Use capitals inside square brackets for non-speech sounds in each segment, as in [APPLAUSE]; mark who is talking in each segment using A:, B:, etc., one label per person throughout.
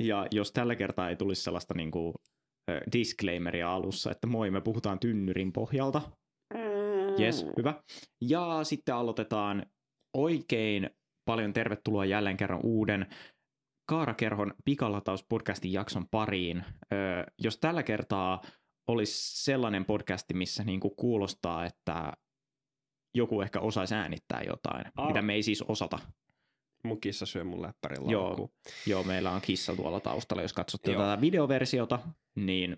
A: Ja jos tällä kertaa ei tulisi sellaista niin kuin, disclaimeria alussa, että moi, me puhutaan tynnyrin pohjalta.
B: Mm.
A: Yes, hyvä. Ja sitten aloitetaan oikein paljon tervetuloa jälleen kerran uuden Kaarakerhon pikalatauspodcastin jakson pariin. Öö, jos tällä kertaa olisi sellainen podcasti, missä niinku kuulostaa, että joku ehkä osaisi äänittää jotain,
B: Aa.
A: Aa. mitä me ei siis osata.
B: Mun kissa syö mun läppärin
A: Joo.
B: laukkuun.
A: Joo, meillä on kissa tuolla taustalla. Jos katsotte
B: Joo.
A: tätä videoversiota, niin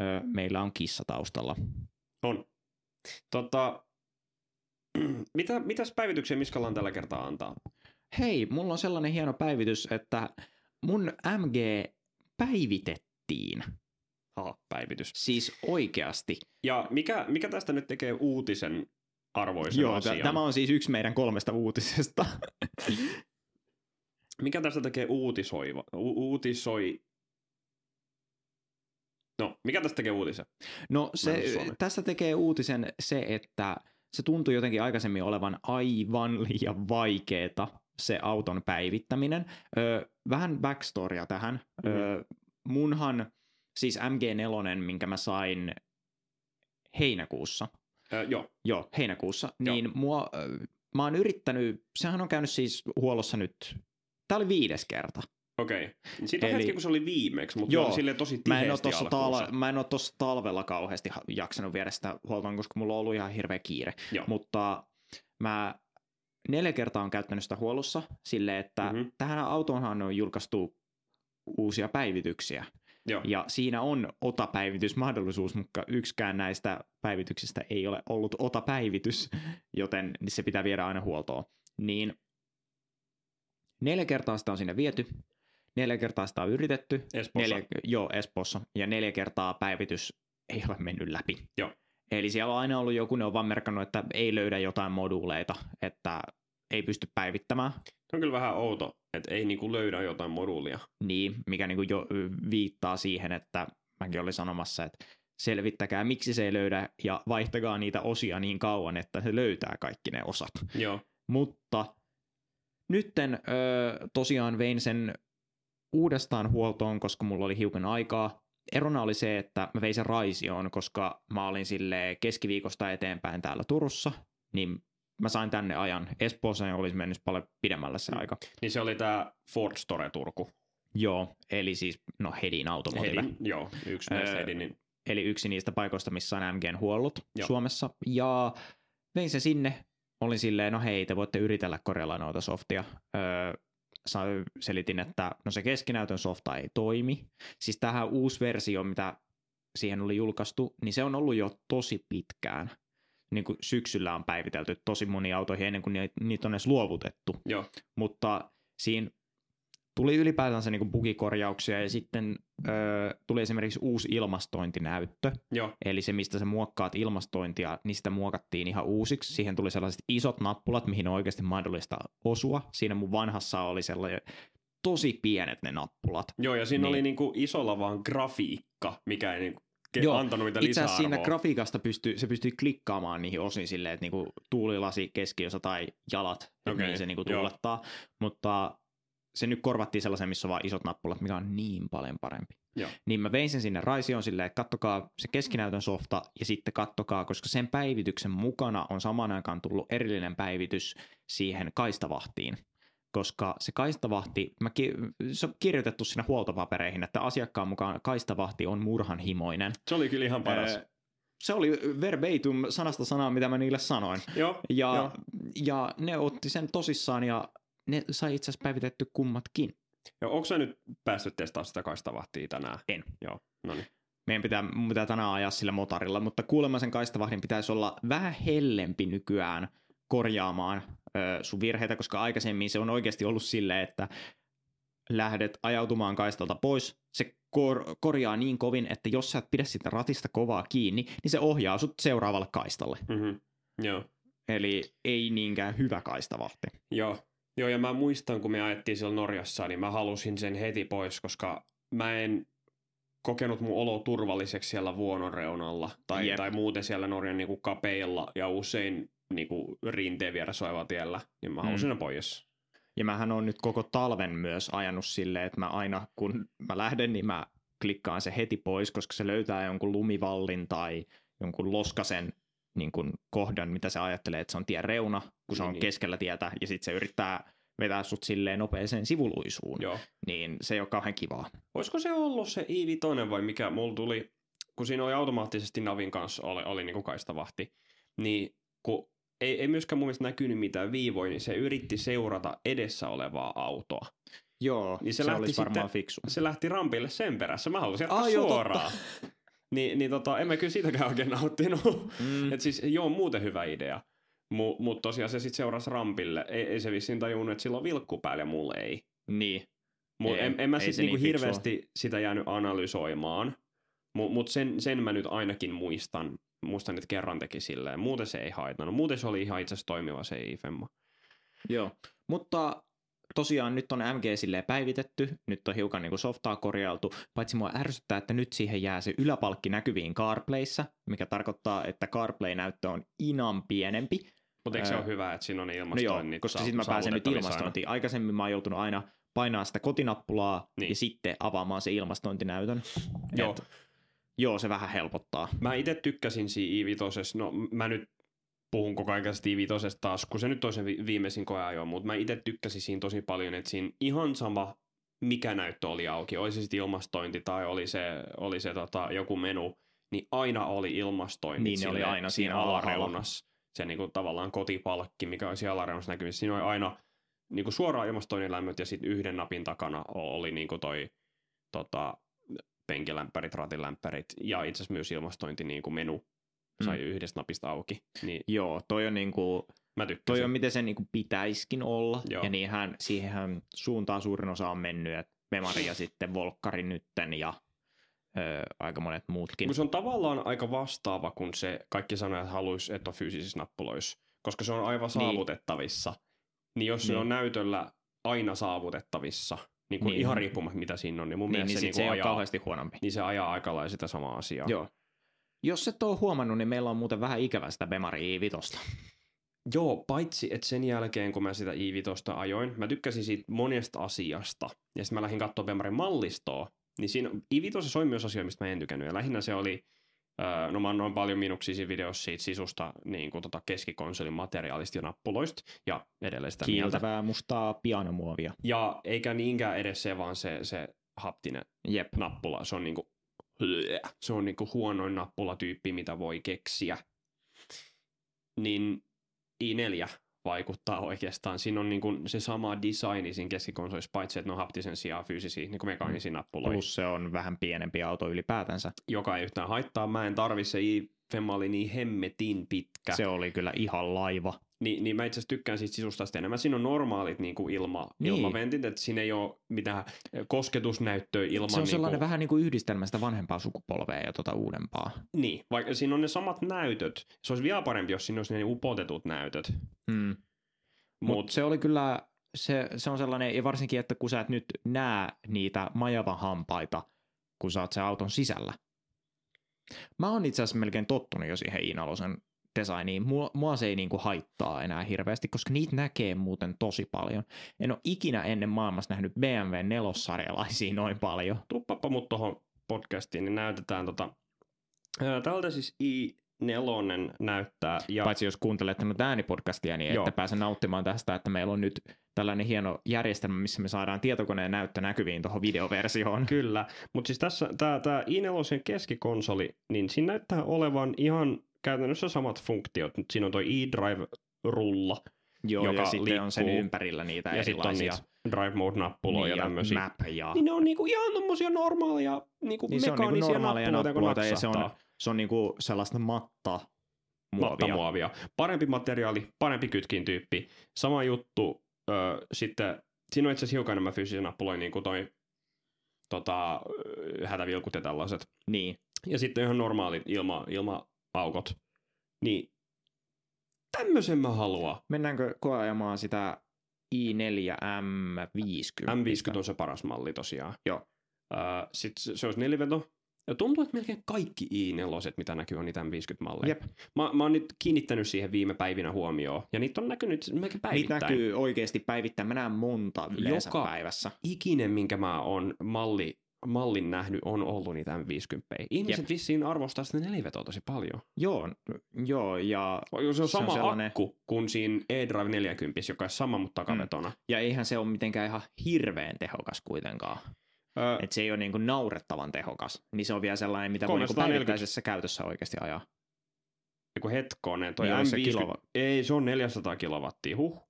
A: öö, meillä on kissa taustalla.
B: On. Tota, [CLEARS THROAT] mitä, mitäs päivityksiä Miskalla on tällä kertaa antaa?
A: Hei, mulla on sellainen hieno päivitys, että mun MG päivitettiin.
B: Ha, päivitys.
A: Siis oikeasti.
B: Ja mikä, mikä tästä nyt tekee uutisen arvoisen
A: Joo,
B: asian?
A: t- tämä on siis yksi meidän kolmesta
B: [LAUGHS]
A: uutisesta.
B: Mikä tästä tekee uutisoiva? U- uutisoi... No, mikä tästä tekee uutisen?
A: No
B: Mä en
A: se,
B: ole Suomi.
A: tästä tekee uutisen se, että se tuntui jotenkin aikaisemmin olevan aivan liian vaikeeta se auton päivittäminen. Öö, vähän backstorya tähän.
B: Mhm.
A: Öö, munhan, siis MG4, minkä mä sain heinäkuussa,
B: Öö, joo,
A: Joo, heinäkuussa.
B: Joo.
A: Niin mua, ö, mä oon yrittänyt, sehän on käynyt siis huollossa nyt, tää oli viides kerta.
B: okei. Okay. Siitä on
A: Eli-
B: hetki, kun se oli viimeksi, mutta
A: Joo.
B: joo. sille tosi
A: Mä en, oo
B: tiheesti
A: tossa
B: alkuunsa.
A: tal- mä en oo tossa talvella kauheasti ha- jaksanut viedä sitä huoltoon, koska mulla on ollut ihan hirveä kiire.
B: Joo.
A: Mutta mä neljä kertaa on käyttänyt sitä huollossa sille, että
B: Mhm.
A: mm-hmm. tähän autoonhan on julkaistu uusia päivityksiä.
B: Joo.
A: Ja siinä on otapäivitysmahdollisuus, mutta yksikään näistä päivityksistä ei ole ollut otapäivitys, joten se pitää viedä aina huoltoon. Niin neljä kertaa sitä on sinne viety, neljä kertaa sitä on yritetty,
B: Espoossa.
A: neljä, joo Espoossa, ja neljä kertaa päivitys ei ole mennyt läpi.
B: Joo.
A: Eli siellä on aina ollut joku, ne on vaan merkannut, että ei löydä jotain moduuleita, että ei pysty päivittämään,
B: Se on kyllä vähän outo, että ei niinku löydä jotain moduulia.
A: niin, mikä niin jo ö, viittaa siihen, että mäkin olin sanomassa, että selvittäkää miksi se ei löydä ja vaihtakaa niitä osia niin kauan, että se löytää kaikki ne osat.
B: Joo.
A: Mutta nytten ö, tosiaan vein sen uudestaan huoltoon, koska mulla oli hiukan aikaa. Erona oli se, että mä vein sen Raisioon, koska mä olin sille keskiviikosta eteenpäin täällä Turussa, niin mä sain tänne ajan. Espoossa olisi mennyt paljon pidemmällä se
B: Mm.
A: aika.
B: Niin se oli tää Ford Store Turku.
A: Joo, eli siis no Hedin automotive.
B: Hedin, joo, yksi näistä niin-
A: Öö,
B: Hedinin.
A: eli yksi niistä paikoista, missä on MGn huollut
B: Joo.
A: Joo. Suomessa. Ja vein sen sinne. Olin silleen, no hei, te voitte yritellä korjalla noita softia. Öö, sa- selitin, että no se keskinäytön softa ei toimi. Siis tähän uusi versio, mitä siihen oli julkaistu, niin se on ollut jo tosi pitkään. Niin kuin syksyllä on päivitelty tosi moni autoihin ennen kuin ni- niitä on edes luovutettu.
B: Joo.
A: Mutta siinä tuli ylipäätänsä niin kuin bugikorjauksia ja sitten öö, tuli esimerkiksi uusi ilmastointinäyttö.
B: Joo,
A: Eli se, mistä sä muokkaat ilmastointia, niin sitä muokattiin ihan uusiksi. Siihen tuli sellaiset isot nappulat, mihin on oikeasti mahdollista osua. Siinä mun vanhassa oli sellainen tosi pienet ne nappulat.
B: joo ja siinä niin.
A: Niin.
B: oli niinku isolla vaan grafiikka, mikä ei niinku ke-
A: Joo,
B: antanut mitä
A: Itse
B: lisäarvoa.
A: asiassa siinä grafiikasta pystyy, se pystyy klikkaamaan niihin osiin silleen, että niinku tuulilasi, keskiosa tai jalat, okay.
B: Okei,
A: niin se niinku
B: joo.
A: tuulettaa. Mutta se nyt korvattiin sellaisen, missä on vaan isot nappulat, mikä on niin paljon parempi.
B: Joo.
A: Niin mä vein sen sinne Raisioon silleen, että kattokaa se keskinäytön softa ja sitten kattokaa, koska sen päivityksen mukana on samaan aikaan tullut erillinen päivitys siihen kaistavahtiin. Koska se kaistavahti, mä ki- se on kirjoitettu sinne huoltopapereihin, että asiakkaan mukaan kaistavahti on murhanhimoinen.
B: Se oli kyllä ihan paras.
A: Öö, Se oli verbatim sanasta sanaa, mitä mä niille sanoin.
B: joo, Joo.
A: Ja, ja ne otti sen tosissaan ja ne sai itse asiassa päivitetty kummatkin.
B: joo. Onko sä nyt päässyt testaamaan sitä kaistavahtia tänään?
A: En.
B: Joo, no niin.
A: Meidän pitää, mun pitää tänään ajaa sillä motarilla, mutta kuulemma sen kaistavahdin pitäisi olla vähän hellempi nykyään korjaamaan ö, sun virheitä, koska aikaisemmin se on oikeasti ollut silleen, että lähdet ajautumaan kaistalta pois, se kor- korjaa niin kovin, että jos sä et pidä sitä ratista kovaa kiinni, niin se ohjaa sut seuraavalle kaistalle.
B: Mm-hmm. Joo.
A: Eli ei niinkään hyvä kaistavahti.
B: Joo. Joo, ja mä muistan, kun me ajettiin siellä Norjassa, niin mä halusin sen heti pois, koska mä en kokenut mun olo turvalliseksi siellä vuonon reunalla tai,
A: Jep.
B: tai muuten siellä Norjan niin kuin kapeilla ja usein niin kuin rinteen vieressä olevalla niinku tiellä, niin mä
A: Mm.
B: halusin ne pois.
A: Ja mähän on nyt koko talven myös ajanut silleen, että mä aina kun mä lähden, niin mä klikkaan se heti pois, koska se löytää jonkun lumivallin tai jonkun loskasen niin kuin kohdan, mitä se ajattelee, että se on tien reuna, kun se
B: Niin,
A: on
B: niin.
A: keskellä tietä, ja sitten se yrittää vetää sut silleen nopeeseen sivuluisuun,
B: Joo.
A: niin se ei ole kauhean kivaa.
B: Olisiko se ollut se i5 vai mikä mulla tuli, kun siinä oli automaattisesti Navin kanssa oli, oli niin kuin kaistavahti, niin kun ei, ei myöskään mun mielestä näkynyt mitään viivoja, niin se yritti seurata edessä olevaa autoa.
A: Joo,
B: Niin
A: se,
B: se
A: se
B: lähti
A: olisi
B: sitten- Ah,
A: varmaan fiksu. Ah,
B: Se lähti rampille sen perässä, mä halusin jatkaa
A: Ai joo,
B: suoraan. Niin, niin tota, en mä kyllä siitäkään oikein nauttinut.
A: Mm.
B: [LAUGHS] Et siis joo, muuten hyvä idea. Mu, mutta tosiaan se sitten seurasi rampille. Ei, ei se vissiin tajunnut, että sillä on vilkku päällä ja mulla ei.
A: Niin,
B: Mut
A: Ei,
B: en, en mä
A: ei
B: sit
A: se
B: niinku
A: niin fiksua.
B: hirveästi sitä jäänyt analysoimaan, mutta mut sen, sen mä nyt ainakin muistan. Muistan, että kerran teki silleen. Muuten se ei haitannut. Muuten se oli ihan itse asiassa toimiva se IFEMMA.
A: joo. Mutta tosiaan nyt on MG silleen päivitetty, nyt on hiukan niinku softaa korjailtu, paitsi mua ärsyttää, että nyt siihen jää se yläpalkki näkyviin CarPlayssa, mikä tarkoittaa, että CarPlay-näyttö on inan pienempi,
B: Mutta eikö se
A: Ää,
B: ole hyvä, että siinä on
A: No joo,
B: ilmastoinnit
A: koska
B: sa-
A: sitten mä pääsen nyt
B: saavutettavissa
A: ilmastointiin. Aikaisemmin mä oon joutunut aina painaa sitä kotinappulaa niin. ja
B: Niin.
A: sitten avaamaan se ilmastointinäytön.
B: aina. Joo,
A: Et, joo, se vähän helpottaa.
B: mä itse tykkäsin siinä i5. No mä nyt puhun koko ajan tästä i5 taas, kun se nyt on se vi- viimeisin koeajo, mutta mä itse tykkäsin siinä tosi paljon, että siinä ihan sama mikä näyttö oli auki, oli se sitten ilmastointi tai oli se, oli se tota, joku menu, niin aina oli ilmastointi.
A: Niin, ne oli aina siinä alhaalla.
B: alareunassa. Se niinku tavallaan kotipalkki, mikä oli siellä alareunassa näkyvissä, siinä oli aina niinku suoraan ilmastoinnin lämmöt ja sitten yhden napin takana o- oli niinku toi tota, penkilämpärit, ratilämpärit ja itse asiassa myös ilmastointi niin kuin menu sai
A: Mm.
B: mm. yhdestä napista auki. Niin
A: Joo, toi on, niinku,
B: mä tykkäsin.
A: toi on miten se niinku pitäiskin olla. Joo.
B: Joo.
A: Ja niinhän, siihenhän suuntaan suurin osa on mennyt. Et Memari ja sitten Volkkari nytten ja ö, aika monet muutkin.
B: Kun se on tavallaan aika vastaava, kun se kaikki sanoo, että haluaisi, että on fyysisissä nappuloissa, koska se on aivan
A: Niin.
B: saavutettavissa. Niin jos se
A: Niin.
B: on näytöllä aina saavutettavissa, niin kuin
A: Niin.
B: niin. ihan riippumatta mitä siinä on, niin mun
A: niin, niin
B: mielestä se,
A: sit
B: niin
A: se ei
B: kuin
A: ole
B: ajaa,
A: kauheasti huonompi.
B: niin se ajaa aika lailla sitä samaa asiaa.
A: Joo. Jos et ole huomannut, niin meillä on muuten vähän ikävä sitä Bemari i5.
B: Joo, paitsi että sen jälkeen, kun mä sitä i5 ajoin, mä tykkäsin siitä monesta asiasta. Ja sitten mä lähdin katsoa Bemarin mallistoa. Niin siinä i5 oli myös asioita, mistä mä en tykännyt. Ja lähinnä se oli, öö, no mä annoin paljon minuksia siinä videossa siitä sisusta, niin kuin tota keskikonsolin materiaalista ja nappuloista. Ja edelleen sitä mieltä.
A: Kiiltävää mustaa pianomuovia.
B: Ja eikä niinkään edes se, vaan se, se haptinen
A: Jep.
B: nappula. Se on niinku, se on niinku huonoin nappulatyyppi, mitä voi keksiä. Niin i4 vaikuttaa oikeastaan. Siinä on niinku se sama designi siinä keskikonsolissa, paitsi että ne on haptisen sijaan fyysisiä, niin kuin mekaanisia nappuloita,
A: Mm. Plus se on vähän pienempi auto ylipäätänsä.
B: joka ei yhtään haittaa. Mä en tarvi se i femma oli niin hemmetin pitkä.
A: Se oli kyllä ihan laiva.
B: Niin, niin mä itse asiassa tykkään siitä sisusta sitä enemmän. Siinä on normaalit niin kuin ilma,
A: Niin.
B: niin. ilmaventit, että siinä ei ole mitään kosketusnäyttöä ilman...
A: se on
B: niin
A: sellainen
B: kuin,
A: vähän niin kuin yhdistelmä sitä vanhempaa sukupolvea ja tuota uudempaa.
B: Niin, vaikka siinä on ne samat näytöt. Se olisi vielä parempi, jos siinä olisi ne upotetut näytöt.
A: Mm. Mutta Mut
B: Mutta
A: se oli kyllä, se, se on sellainen, ja varsinkin, että kun sä et nyt näe niitä majavan hampaita, kun sä oot se auton sisällä. Mä oon itse asiassa melkein tottunut jo siihen Iinalosen designiin. Mua, mua se ei niinku haittaa enää hirveästi, koska niitä näkee muuten tosi paljon. En ole ikinä ennen maailmassa nähnyt BMW nelossarjalaisia noin paljon.
B: tuppappa mut tohon podcastiin, niin näytetään tota... Ää, Tältä siis i4 näyttää. Ja
A: Paitsi jos kuuntelette nyt äänipodcastia, niin
B: Joo.
A: ette pääse nauttimaan tästä, että meillä on nyt tällainen hieno järjestelmä, missä me saadaan tietokoneen näyttö näkyviin tuohon videoversioon.
B: Kyllä, mutta siis tässä tämä tää i4 keskikonsoli, niin siinä näyttää olevan ihan käytännössä samat funktiot. Nyt siinä on toi i-Drive-rulla
A: Joo,
B: Joka
A: ja sitten on sen
B: liikkuu.
A: ympärillä niitä
B: ja sitten on
A: erilaisia
B: niitä Drive Mode-nappuloja
A: niin,
B: ja tämmöisiä.
A: map ja...
B: Niin ne on niinku ihan tommosia normaaleja niinku
A: Niin se on niinku
B: mekaanisia
A: normaaleja
B: nappuloita, kun
A: nappuloita, ja se on
B: natsahtaa.
A: Se on niinku sellaista matta muovia.
B: mattamuovia. Parempi materiaali, parempi kytkintyyppi. Sama juttu ö, sitten, siinä on itse asiassa hiukan enemmän fyysisiä nappuloja, niin kuin toi tota, ö, hätävilkut ja tällaiset.
A: Niin.
B: Ja sitten ihan normaalit ilma, ilmaaukot. Niin tämmöisen mä haluan.
A: Mennäänkö koeajamaan sitä i4 M50?
B: M50 on se paras malli tosiaan.
A: Joo.
B: Ö, sitten se, se olisi neliveto, Ja tuntuu, että melkein kaikki i 4 mitä näkyy, on niitä M50-malleja.
A: Jep.
B: Mä, mä oon nyt kiinnittänyt siihen viime päivinä huomioon, ja niitä on näkynyt melkein
A: Niitä
B: päivittäin.
A: näkyy oikeasti päivittäin. Mä näen monta yleensä
B: Joka-
A: Joka. päivässä.
B: Ikinen, minkä mä oon malli, mallin nähnyt, on ollut niitä M50. Ihmiset
A: Jep.
B: vissiin arvostaa sitä nelivetoa tosi paljon.
A: Joo, joo ja,
B: Se on sama se on
A: sellainen-
B: akku kuin siinä E-Drive 40, joka on sama, mutta takavetona.
A: ja eihän se ole mitenkään ihan hirveän tehokas kuitenkaan.
B: Mm. Ö,
A: Et se ei ole niinku naurettavan tehokas. Niin se on vielä sellainen, mitä voi niinku
B: 340.
A: päivittäisessä käytössä oikeasti ajaa.
B: Eiku hetkonen, toi
A: Niin,
B: M50,
A: oliko se
B: se
A: kilova-
B: ei se on 400 kilowattia, huh,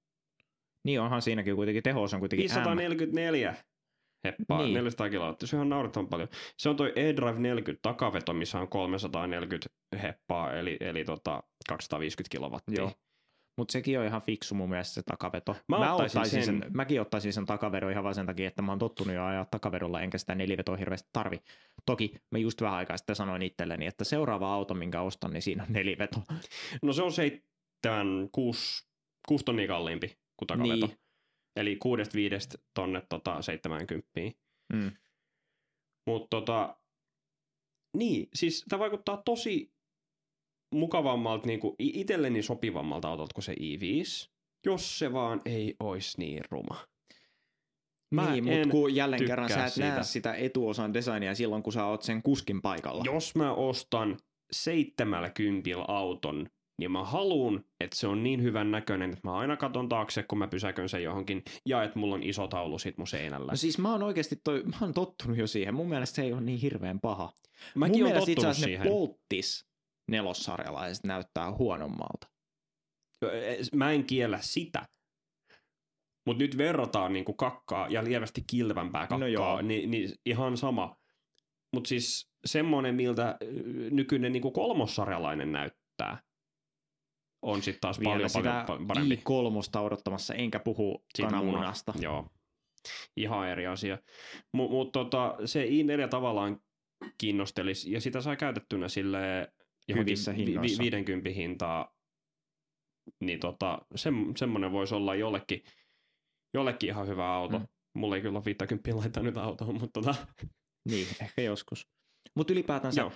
A: Niin onhan siinäkin kuitenkin teho, se on kuitenkin M.
B: 544 heppaa, niin.
A: Niin.
B: 400 kilowattia, se on ihan naurettavan paljon. Se on toi E-Drive 40 takaveto, missä on 340 heppaa, eli, eli tota 250 kilowattia.
A: Joo. Mutta sekin on ihan fiksu mun mielestä se takaveto.
B: Mä ottaisin sen-
A: mäkin ottaisin sen takaveron ihan vaan sen takia, että mä oon tottunut jo ajaa takaverolla, enkä sitä nelivetoa hirveästi tarvi. Toki mä just vähän aikaa sitten sanoin itselleni, että seuraava auto, minkä ostan, niin siinä on neliveto.
B: No se on 7, 6, 6 tonnia kalliimpi kuin takaveto. Niin.
A: Niin.
B: Eli kuudesta viidestä tonne tota 70.
A: Mm.
B: Mutta tota, niin, siis tämä vaikuttaa tosi mukavammalta, niin kuin itselleni sopivammalta autolta kuin se i5, jos se vaan ei olisi niin ruma. Mä
A: Mä niin,
B: en
A: mutta kun jälleen kerran sä
B: tykkää
A: et siitä.
B: siitä.
A: näe sitä etuosan designia silloin, kun sä oot sen kuskin paikalla.
B: Jos mä ostan 70 auton, niin mä haluun, että se on niin hyvän näköinen, että mä aina katon taakse, kun mä pysäkön sen johonkin, ja että mulla on iso taulu sit mun seinällä.
A: No siis mä oon oikeasti toi, mä oon tottunut jo siihen. Mun mielestä se ei ole niin hirveän paha.
B: Mäkin
A: Mun
B: oon
A: mielestä itse
B: tottunut
A: asiassa
B: siihen.
A: ne polttis nelossarjalaiset näyttää huonommalta.
B: e, mä en kiellä sitä. Mutta nyt verrataan niinku kakkaa ja lievästi kilvämpää kakkaa,
A: No
B: no
A: joo.
B: niin, niin ihan sama. Mutta siis semmoinen, miltä ö, nykyinen niinku kolmossarjalainen näyttää, on sitten taas
A: Vielä
B: paljon,
A: sitä
B: paljon pa- parempi.
A: i3 odottamassa, enkä puhu
B: Siitä
A: kananmunasta.
B: Joo, ihan eri asia. Mutta mut, tota, se i4 tavallaan kiinnostelisi, ja sitä saa käytettynä sille
A: Hyvissä hinnoissa.
B: 50 hintaa, niin tota, se, semmoinen voisi olla jollekin, jollekin ihan hyvä auto. Mm.
A: Mm.
B: Mulla ei kyllä ole 50 laittaa nyt autoon, mutta tota,
A: Niin, ehkä joskus. Mutta ylipäätänsä
B: joo,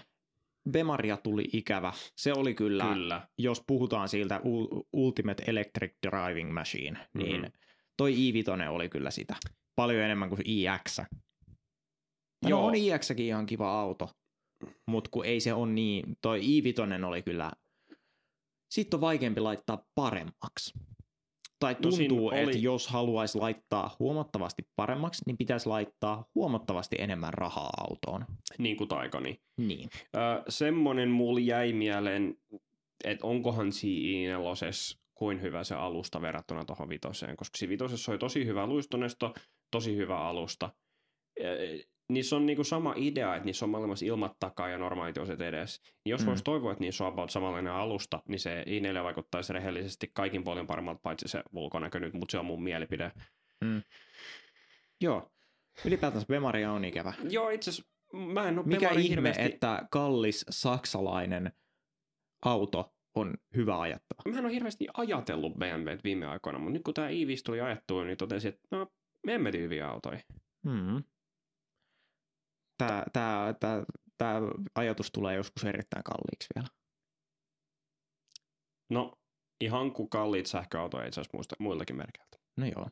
A: Bemaria tuli ikävä. Se oli kyllä, kyllä.
B: kyllä.
A: jos puhutaan siltä U- Ultimate Electric Driving Machine, niin
B: Mhm.
A: toi i5 oli kyllä sitä. Paljon enemmän kuin iX. No
B: Joo.
A: Joo. on iX ihan kiva auto, mutta kun ei se on niin, toi i5 oli kyllä, sitten on vaikeampi laittaa paremmaksi. Tai
B: No siinä
A: tuntuu, no että
B: oli-
A: oli... jos haluaisi laittaa huomattavasti paremmaksi, niin pitäisi laittaa huomattavasti enemmän rahaa autoon.
B: Niin kuin taikani.
A: Niin.
B: Ö, semmonen mulla jäi mieleen, että onkohan siinä nelosessa kuin hyvä se alusta verrattuna tuohon vitoseen, koska siinä vitosessa oli tosi hyvä luistonesto, tosi hyvä alusta. Ö, Niissä on niinku sama idea, että niissä on maailmassa ilmat takaa ja normaalit oset edes. Niin Jos mm.
A: Mm.
B: voisi toivoa, että niissä on about samanlainen alusta, niin se i4 vaikuttaisi rehellisesti kaikin puolin paremmalta, paitsi se ulkonäkö nyt, mutta se on mun mielipide.
A: Mm. Joo. Ylipäätänsä Bemaria on ikävä.
B: Joo, itse asiassa mä en ole
A: Mikä
B: Bemarin
A: ihme,
B: hirveästi-
A: että kallis saksalainen auto on hyvä ajattava.
B: mä en ole hirveästi ajatellut BMWt viime aikoina, mutta nyt kun tämä i5 tuli ajettua, niin totesin, että no, me emme tee hyviä autoja.
A: Mm. Tämä, tämä, tämä, tämä ajatus tulee joskus erittäin kalliiksi vielä.
B: No, ihan kuin kalliit sähköautoja itse asiassa muista, muillakin merkeiltä.
A: No joo.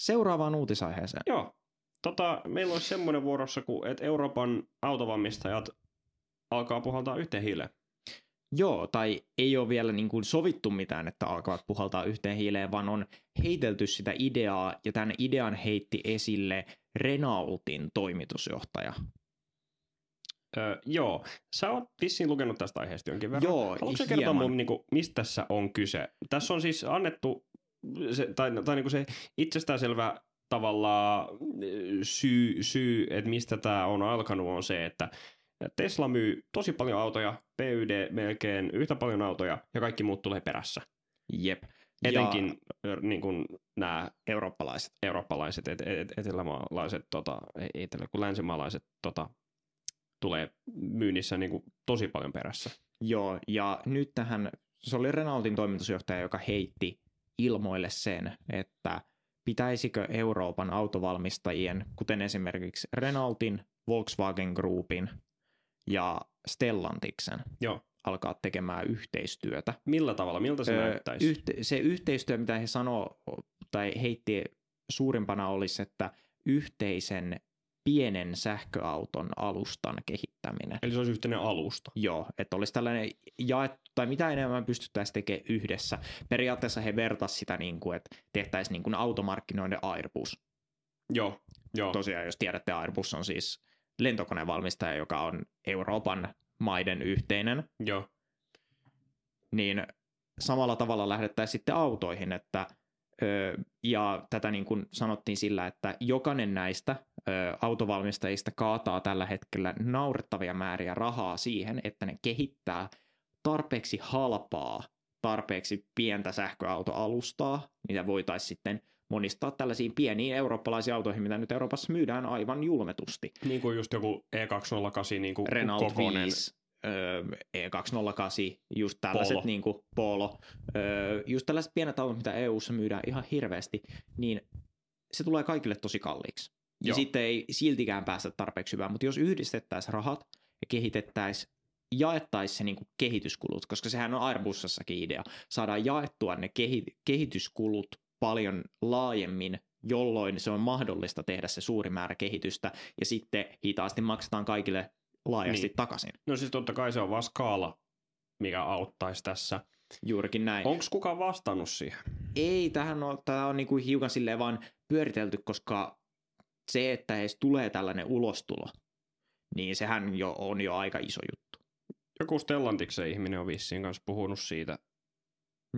A: Seuraavaan uutisaiheeseen.
B: Joo. Tota, meillä olisi semmoinen vuorossa, kun, että Euroopan autovalmistajat alkaa puhaltaa yhteen hiileen.
A: Joo, tai ei ole vielä niin kuin sovittu mitään, että alkavat puhaltaa yhteen hiileen, vaan on heitelty sitä ideaa, ja tämän idean heitti esille Renaultin toimitusjohtaja.
B: Öö, joo, sä oot vissiin lukenut tästä aiheesta jonkin verran.
A: Joo,
B: Haluatko sä kertoa
A: hieman.
B: mulle, niin kuin, mistä tässä on kyse? Tässä on siis annettu se, tai, tai niin kuin se itsestäänselvä tavallaan ö, syy, syy, että mistä tämä on alkanut, on se, että Tesla myy tosi paljon autoja, PYD melkein yhtä paljon autoja ja kaikki muut tulee perässä.
A: Jep. Ja
B: Etenkin ö, niin kuin nämä
A: eurooppalaiset.
B: eurooppalaiset, et, et, etelämaalaiset, tota, ei etelä, kun länsimaalaiset tota, tulee myynnissä niin kuin tosi paljon perässä.
A: Joo, ja nyt tähän se oli Renaultin toimitusjohtaja, joka heitti ilmoille sen, että pitäisikö Euroopan autovalmistajien, kuten esimerkiksi Renaultin, Volkswagen Groupin ja Stellantiksen,
B: Joo.
A: alkaa tekemään yhteistyötä.
B: Millä tavalla, miltä se
A: Öö,
B: näyttäisi?
A: yhte- se yhteistyö, mitä he sanoo tai heitti suurimpana olisi, että yhteisen pienen sähköauton alustan kehittäminen.
B: Eli se olisi yhteinen alusta.
A: Joo, että olisi tällainen jaettu, tai mitä enemmän pystyttäisiin tekemään yhdessä. Periaatteessa he vertasivat sitä, niin kuin, että tehtäisiin niin kuin automarkkinoiden Airbus.
B: Joo, joo.
A: Tosiaan, jos tiedätte, Airbus on siis lentokonevalmistaja, joka on Euroopan maiden yhteinen,
B: joo.
A: niin samalla tavalla lähdettäisiin sitten autoihin, että ö, ja tätä niin kuin sanottiin sillä, että jokainen näistä ö, autovalmistajista kaataa tällä hetkellä naurettavia määriä rahaa siihen, että ne kehittää tarpeeksi halpaa, tarpeeksi pientä sähköautoalustaa, mitä voitaisiin sitten monistaa tällaisiin pieniin eurooppalaisiin autoihin, mitä nyt Euroopassa myydään aivan julmetusti.
B: Niin kuin just joku E208 niin kuin
A: Renault
B: kokoinen.
A: 5, öö, E208, just tällaiset
B: Polo.
A: polo. Niin kuin, polo öö, just tällaiset pienet autot, mitä EU:ssa myydään ihan hirveästi, niin se tulee kaikille tosi kalliiksi. Ja
B: Joo.
A: sitten ei siltikään päästä tarpeeksi hyvään, mutta jos yhdistettäisiin rahat ja kehitettäisiin, jaettaisiin se niin kuin kehityskulut, koska sehän on Airbusassakin idea, saadaan jaettua ne kehi- kehityskulut paljon laajemmin, jolloin se on mahdollista tehdä se suuri määrä kehitystä, ja sitten hitaasti maksetaan kaikille laajasti
B: Niin.
A: niin. takaisin.
B: No siis totta kai se on vaan skaala, mikä auttaisi tässä.
A: Juurikin näin.
B: Onko kukaan vastannut siihen?
A: Ei, tähän on, tämä on niinku hiukan silleen vaan pyöritelty, koska se, että edes tulee tällainen ulostulo, niin sehän jo, on jo aika iso juttu.
B: Joku Stellantiksen ihminen on vissiin kanssa puhunut siitä.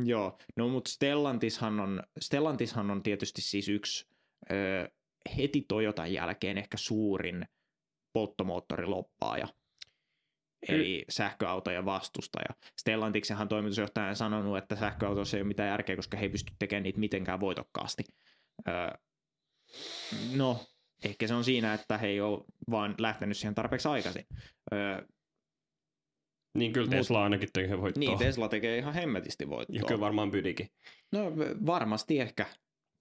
A: Joo, no mutta Stellantishan on, Stellantishan on tietysti siis yksi ö, heti Toyotan jälkeen ehkä suurin polttomoottoriloppaaja. Eli sähköautojen vastustaja. Stellantiksenhan toimitusjohtaja on sanonut, että sähköautoissa ei ole mitään järkeä, koska he ei pysty tekemään niitä mitenkään voitokkaasti. Öö, no, ehkä se on siinä, että he ei ole vaan lähtenyt siihen tarpeeksi aikaisin. Öö,
B: Niin kyllä
A: Mut-
B: Tesla ainakin tekee voittoa.
A: niin, Tesla tekee ihan hemmetisti voittoa.
B: ja kyllä varmaan Bydikin.
A: No varmasti ehkä,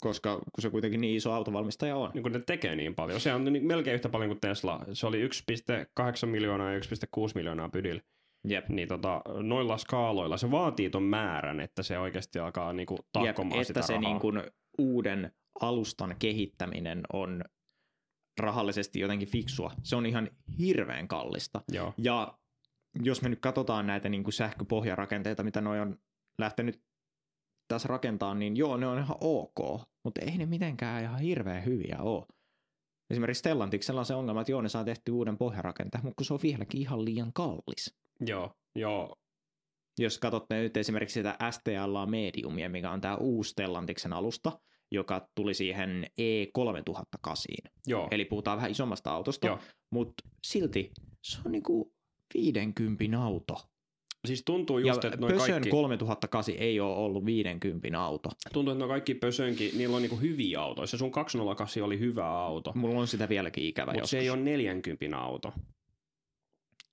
A: koska kun se kuitenkin niin iso autovalmistaja on.
B: Niin kun ne tekee niin paljon. Se on ni- melkein yhtä paljon kuin Tesla. Se oli 1,8 miljoonaa ja 1,6 miljoonaa Bydil.
A: Jep.
B: Niin tota, noilla skaaloilla se vaatii ton määrän, että se oikeasti alkaa niinku tahkomaan
A: Jep,
B: sitä
A: että se
B: rahaa.
A: niin kuin uuden alustan kehittäminen on rahallisesti jotenkin fiksua. Se on ihan hirveän kallista.
B: Joo.
A: Ja jos me nyt katsotaan näitä niin kuin sähköpohjarakenteita, mitä noi on lähtenyt tässä rakentaa, niin joo, ne on ihan ok, mutta ei ne mitenkään ihan hirveän hyviä ole. Esimerkiksi Stellantiksella on se ongelma, että joo, ne saa tehty uuden pohjarakenteen, mutta kun se on vieläkin ihan liian kallis.
B: Joo, joo,
A: jos katsotte nyt esimerkiksi sitä STL Mediumia, mikä on tämä uusi Stellantiksen alusta, joka tuli siihen E3008.
B: joo.
A: Eli puhutaan vähän isommasta autosta,
B: Joo.
A: mutta silti se on niinku 50 auto.
B: Siis tuntuu
A: ja
B: just, että noin
A: Pösön
B: kaikki,
A: 3008 ei ole ollut 50 auto.
B: tuntuu, että noi kaikki pösönkin, niillä on niinku hyviä autoja. Se sun 208 oli hyvä auto,
A: Mulla on sitä vieläkin ikävä
B: mutta
A: joskus.
B: se ei ole 40 auto.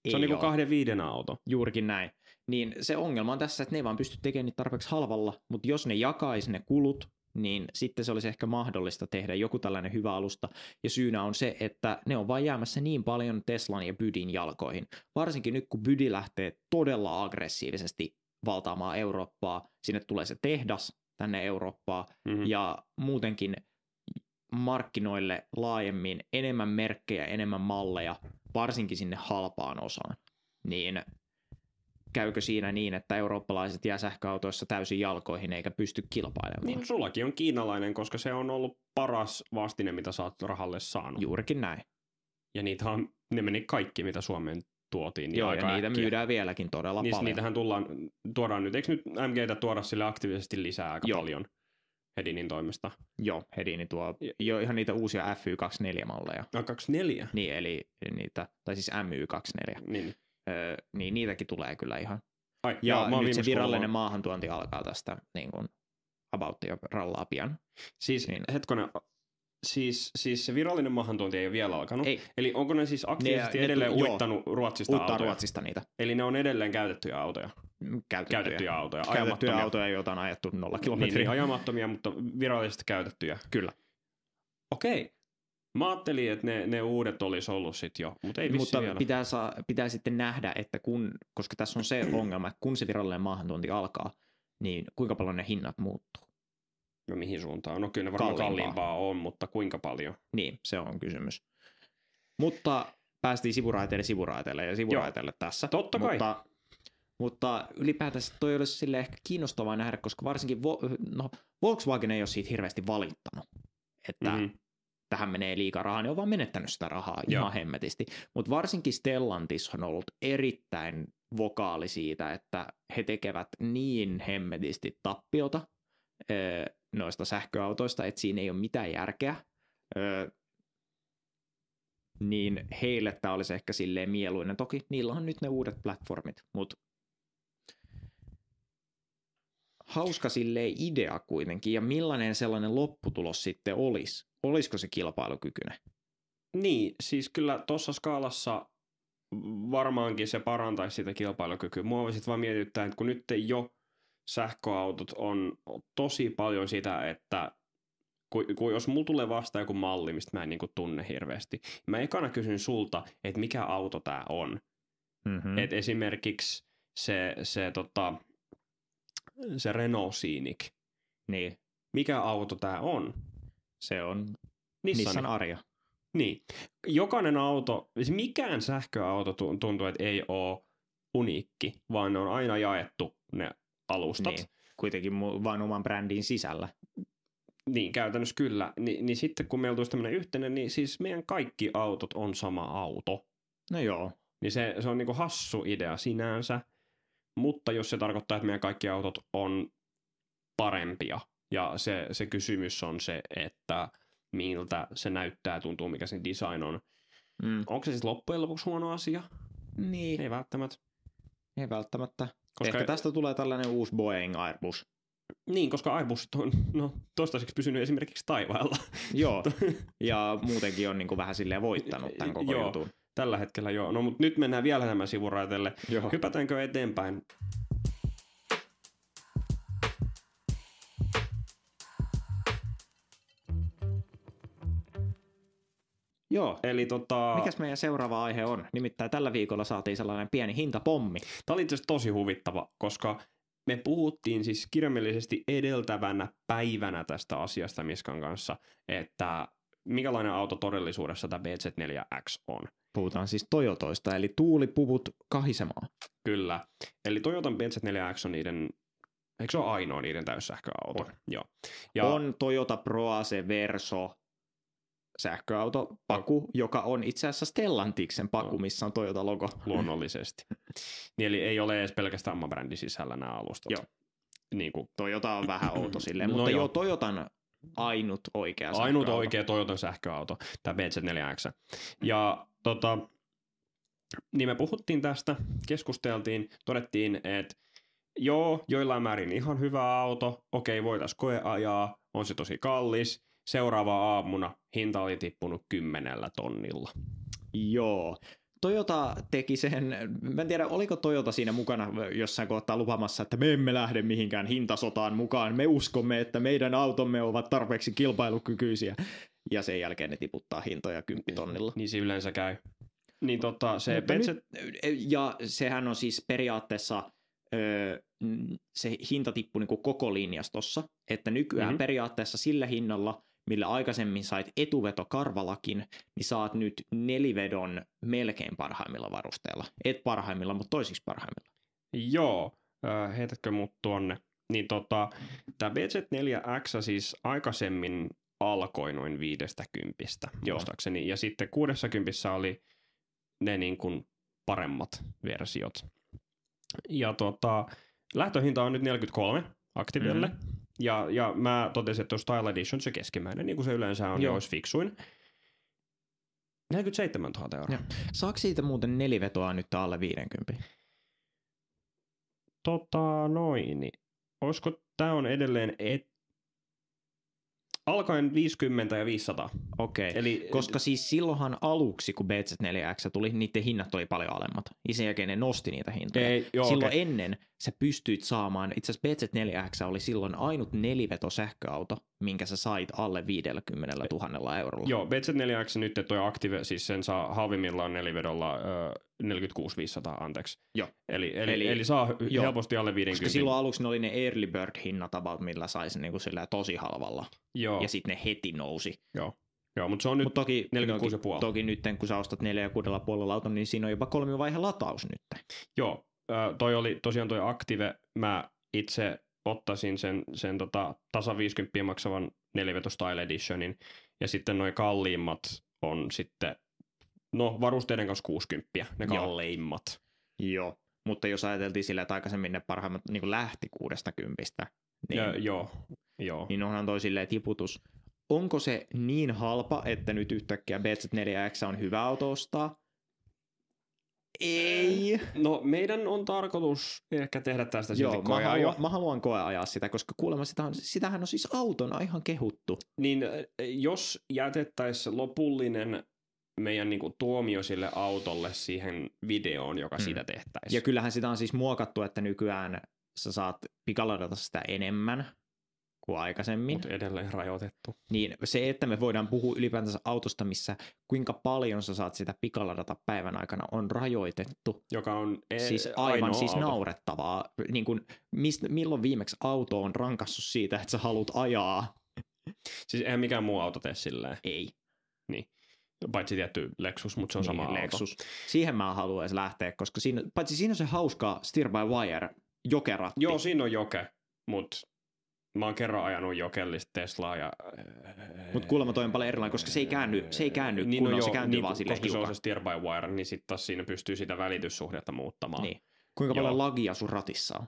A: Ei
B: se on niinku
A: oo.
B: kahden viiden auto.
A: Juurikin näin. Niin se ongelma on tässä, että ne ei vaan pysty tekemään niitä tarpeeksi halvalla, mutta jos ne jakaisi ne kulut, niin sitten se olisi ehkä mahdollista tehdä joku tällainen hyvä alusta. Ja syynä on se, että ne on vaan jäämässä niin paljon Teslan ja Bydin jalkoihin. Varsinkin nyt, kun Bydi lähtee todella aggressiivisesti valtaamaan Eurooppaa, sinne tulee se tehdas tänne Eurooppaan,
B: Mm-hmm.
A: ja muutenkin markkinoille laajemmin enemmän merkkejä, enemmän malleja, varsinkin sinne halpaan osaan, niin käykö siinä niin, että eurooppalaiset jää sähköautoissa täysin jalkoihin eikä pysty kilpailemaan?
B: Niin sullakin on kiinalainen, koska se on ollut paras vastine, mitä sä oot rahalle saanut.
A: Juurikin näin.
B: Ja niitä on, ne meni kaikki, mitä Suomeen tuotiin. niin
A: Joo,
B: aika
A: ja niitä
B: äkkiä.
A: myydään vieläkin todella
B: Niistä,
A: paljon.
B: niitähän tullaan, tuodaan nyt, eikö nyt MGtä tuoda sille aktiivisesti lisää aika Joo.
A: Joo.
B: paljon Hedinin toimesta?
A: Joo, Hedini tuo jo ihan niitä uusia FY24-malleja.
B: No 24.
A: Niin, eli niitä, tai siis MY24.
B: Niin.
A: Öö, niin niitäkin tulee kyllä ihan
B: Ai,
A: Ja,
B: joo, mä oon
A: nyt se
B: viimeksi
A: virallinen
B: kuullut-
A: maahantuonti alkaa tästä niin kuin about ja rallaa pian.
B: Siis, niin.
A: niin.
B: hetkonen, siis, siis se virallinen maahantuonti ei ole vielä alkanut.
A: Ei.
B: Eli onko ne siis aktiivisesti ne,
A: Ne- ne
B: edelleen
A: tuli-
B: ne,
A: joo.
B: uittanut No, Ruotsista
A: Uutta
B: autoja?
A: Ruotsista niitä.
B: Eli ne on edelleen käytettyjä autoja.
A: käytettyjä,
B: Käytettyjä autoja.
A: käytettyjä
B: ajamattomia.
A: autoja, joita on ajettu nolla
B: Niin, niin,
A: kilometriä.
B: ajamattomia, mutta virallisesti käytettyjä.
A: Kyllä.
B: Okei. Mä ajattelin, että ne, ne uudet olisi ollut sit jo, mutta ei vissi
A: Mutta
B: vielä.
A: pitää, saa, pitää sitten nähdä, että kun, koska tässä on se ongelma, että kun se virallinen maahantuonti alkaa, niin kuinka paljon ne hinnat muuttuu.
B: No mihin suuntaan? No kyllä ne varmaan
A: Kalliimpaa.
B: kalliimpaa, on, mutta kuinka paljon?
A: Niin, se on kysymys. Mutta päästiin sivuraiteille sivuraiteille ja sivuraiteille Joo. tässä.
B: Totta kai.
A: Mutta, mutta ylipäätänsä toi olisi sille ehkä kiinnostavaa nähdä, koska varsinkin Vo- no, Volkswagen ei ole siitä hirveästi valittanut, että
B: Mhm.
A: mm-hmm. tähän menee liikaa rahaa. Ne on vaan menettänyt sitä rahaa Joo.
B: Joo.
A: ihan hemmetisti. Mutta varsinkin Stellantis on ollut erittäin vokaali siitä, että he tekevät niin hemmetisti tappiota öö, noista sähköautoista, että siinä ei ole mitään järkeä. Öö, niin heille tämä olisi ehkä silleen mieluinen. Toki niillä on nyt ne uudet platformit, mutta hauska silleen idea kuitenkin. Ja millainen sellainen lopputulos sitten olisi? Olisiko se kilpailukykyinen?
B: Niin, siis kyllä tuossa skaalassa varmaankin se parantaisi sitä kilpailukykyä. Mua sitten vaan mietityttää, että kun nyt jo sähköautot on tosi paljon sitä, että kun, kun jos mulla tulee vasta joku malli, mistä mä en niinku tunne hirveästi, mä ekana kysyn sulta, että mikä auto tämä on.
A: Mm-hmm.
B: Mm. Et esimerkiksi se, se, tota, se Renault Scenic,
A: niin,
B: mikä auto tämä on?
A: se on
B: Nissan.
A: Nissan Arja.
B: Niin. Jokainen auto, siis mikään sähköauto tu- tuntuu, että ei ole uniikki, vaan ne on aina jaettu ne alustat.
A: Niin.
B: Niin,
A: Kuitenkin mu- vaan oman brändin sisällä.
B: niin käytännössä kyllä. Ni- niin sitten kun meillä tulisi tämmöinen yhteinen, niin siis meidän kaikki autot on sama auto.
A: No joo,
B: Niin se, se on niinku hassu idea sinänsä, mutta jos se tarkoittaa, että meidän kaikki autot on parempia, ja se, se kysymys on se, että miltä se näyttää, tuntuu, mikä sen design on.
A: mm.
B: Onko se siis loppujen lopuksi huono asia?
A: niin, ei,
B: Ei välttämättä.
A: ei välttämättä. Koska
B: Koska,
A: ehkä tästä tulee tällainen uusi Boeing [LAUGHS] Airbus.
B: Niin, koska Airbus on no, toistaiseksi pysynyt esimerkiksi taivaalla. [LAUGHS]
A: Joo, ja muutenkin on niin kuin vähän silleen voittanut tämän koko
B: Joo.
A: jutun.
B: Tällä hetkellä joo. No, mutta nyt mennään vielä nämä sivuraiteille.
A: Joo.
B: Hypätäänkö eteenpäin?
A: Joo.
B: Eli tota...
A: Mikäs meidän seuraava aihe on? Nimittäin tällä viikolla saatiin sellainen pieni hintapommi.
B: Tämä oli itse asiassa tosi huvittava, koska me puhuttiin siis kirjaimellisesti edeltävänä päivänä tästä asiasta Miskan kanssa, että minkälainen auto todellisuudessa tämä BZ4X on.
A: Puhutaan siis Toyotoista, eli tuulipuvut kahisemaan.
B: Kyllä. Eli Toyotan BZ4X on niiden, eikö se ole ainoa niiden täyssähköauto?
A: On.
B: Joo.
A: Ja. On Toyota Proase Verso sähköauto paku, joka on itse asiassa Stellantiksen paku,
B: On.
A: missä on Toyota-logo.
B: luonnollisesti. niin eli ei ole edes pelkästään oma brändin sisällä nämä alustat.
A: Joo.
B: Niin kuin
A: Toyota on vähän outo silleen,
B: No
A: mutta joo,
B: joo.
A: Toyotan ainut oikea
B: ainut
A: sähköauto.
B: oikea Toyotan sähköauto, tämä BZ4X.
A: Mm.
B: Ja tota, niin me puhuttiin tästä, keskusteltiin, todettiin, että joo, joillain määrin ihan hyvä auto, okei, voitaisiin koeajaa, on se tosi kallis. Seuraava aamuna hinta oli tippunut kymmenellä tonnilla.
A: Joo. Toyota teki sen, mä en tiedä oliko Toyota siinä mukana jossain kohtaa lupamassa, että me emme lähde mihinkään hintasotaan mukaan, me uskomme, että meidän automme ovat tarpeeksi kilpailukykyisiä. Ja sen jälkeen ne tiputtaa hintoja kymppitonnilla.
B: Niin se yleensä käy. Niin tota, se
A: Mutta
B: BZ...
A: nyt, ja sehän on siis periaatteessa öö, n- se hinta tippui niin koko linjastossa, että nykyään mm-hmm.
B: Mhm.
A: periaatteessa sillä hinnalla, millä aikaisemmin sait etuvetokarvalakin, niin saat nyt nelivedon melkein parhaimmilla varusteilla. Et parhaimmilla, mutta toisiksi parhaimmilla.
B: Joo, äh, heitätkö mut tuonne? Niin tota, tämä BZ4X siis aikaisemmin alkoi noin 50,
A: Joo.
B: muistaakseni. Ja sitten 60 oli ne niin kuin paremmat versiot. Ja tota, lähtöhinta on nyt 43 Activelle.
A: Mhm.
B: Mm-hmm. Ja, ja mä totesin, että tuo Style Edition, se keskimmäinen, niin kuin se yleensä on,
A: Joo.
B: Joo. olisi fiksuin. 47 000 euroa.
A: Joo. Saako siitä muuten nelivetoa nyt alle 50?
B: Tota noin, niin olisiko tämä on edelleen et... alkaen 50 ja 500.
A: Okei. Okay.
B: Eli
A: Koska siis silloinhan aluksi, kun BZ4X tuli, niiden hinnat oli paljon alemmat. Ja sen jälkeen ne nosti niitä hintoja.
B: ei, joo,
A: Silloin
B: okei.
A: ennen sä pystyit saamaan, itse asiassa BZ4X oli silloin ainut neliveto sähköauto, minkä sä sait alle 50 000 eurolla.
B: Joo, BZ4X nyt toi Active, siis sen saa halvimmillaan nelivedolla äh, 46500, anteeksi.
A: Joo.
B: Eli, eli,
A: Eli-
B: eli, eli saa
A: joo.
B: joo. helposti alle 50.
A: Koska silloin aluksi ne oli ne early bird hinnat about, millä sai sen niinku sillä tosi halvalla.
B: joo,
A: Oh. Ja sitten ne heti nousi.
B: joo, mutta se on nyt,
A: Mutta toki,
B: 46,5.
A: toki, toki nyt kun sä ostat 4,6 auton, niin siinä on jopa kolmivaihe lataus nyt.
B: joo, äh, toi oli tosiaan toi Active, mä itse ottaisin sen, sen tota, tasa 50 maksavan neliveto Style Editionin, ja sitten noin kalliimmat on sitten, no varusteiden kanssa 60, ne
A: Joo.
B: kalleimmat.
A: Joo. Mutta jos ajateltiin sillä, että aikaisemmin ne parhaimmat niin lähti 60, niin,
B: Niin. Ja, joo, joo.
A: niin onhan toi silleen tiputus. Onko se niin halpa, että nyt yhtäkkiä BZ4X on hyvä auto ostaa? Ei.
B: No meidän on tarkoitus ehkä tehdä tästä silti
A: Joo, mä haluan,
B: koeajo.
A: mä haluan koeajaa sitä, koska kuulemma sitä on, sitähän on siis autona ihan kehuttu.
B: Niin äh, jos jätettäisiin lopullinen meidän niin kuin, tuomio sille autolle siihen videoon, joka
A: Mm.
B: mm. siitä tehtäisiin.
A: Ja kyllähän sitä on siis muokattu, että nykyään sä saat pikaladata sitä enemmän kuin aikaisemmin.
B: Mut edelleen rajoitettu.
A: Niin se, että me voidaan puhua ylipäätänsä autosta, missä kuinka paljon sä saat sitä pikaladata päivän aikana, on rajoitettu.
B: Joka on e-
A: siis aivan siis
B: auto.
A: auto. naurettavaa. Niin kun, mist, milloin viimeksi auto on rankassut siitä, että sä haluat ajaa?
B: Siis eihän mikään muu auto tee silleen.
A: Ei.
B: Paitsi tietty Lexus, mutta se on
A: niin,
B: sama auto.
A: Lexus. Siihen mä haluaisin lähteä, koska siinä, paitsi siinä on se hauska steer by wire jokeratti.
B: Joo, siinä on joke, mutta mä oon kerran ajanut jokellista Teslaa ja... eh,
A: Mut kuulemma toi on paljon erilainen, koska se ei käänny- se ei käänny
B: Niin, no
A: kunnolla, se kääntyy vaan silleen
B: Koska se on
A: hiukan.
B: se steer by wire, niin sitten taas siinä pystyy sitä välityssuhdetta muuttamaan.
A: Niin. Kuinka
B: Joo.
A: paljon lagia sun ratissa on?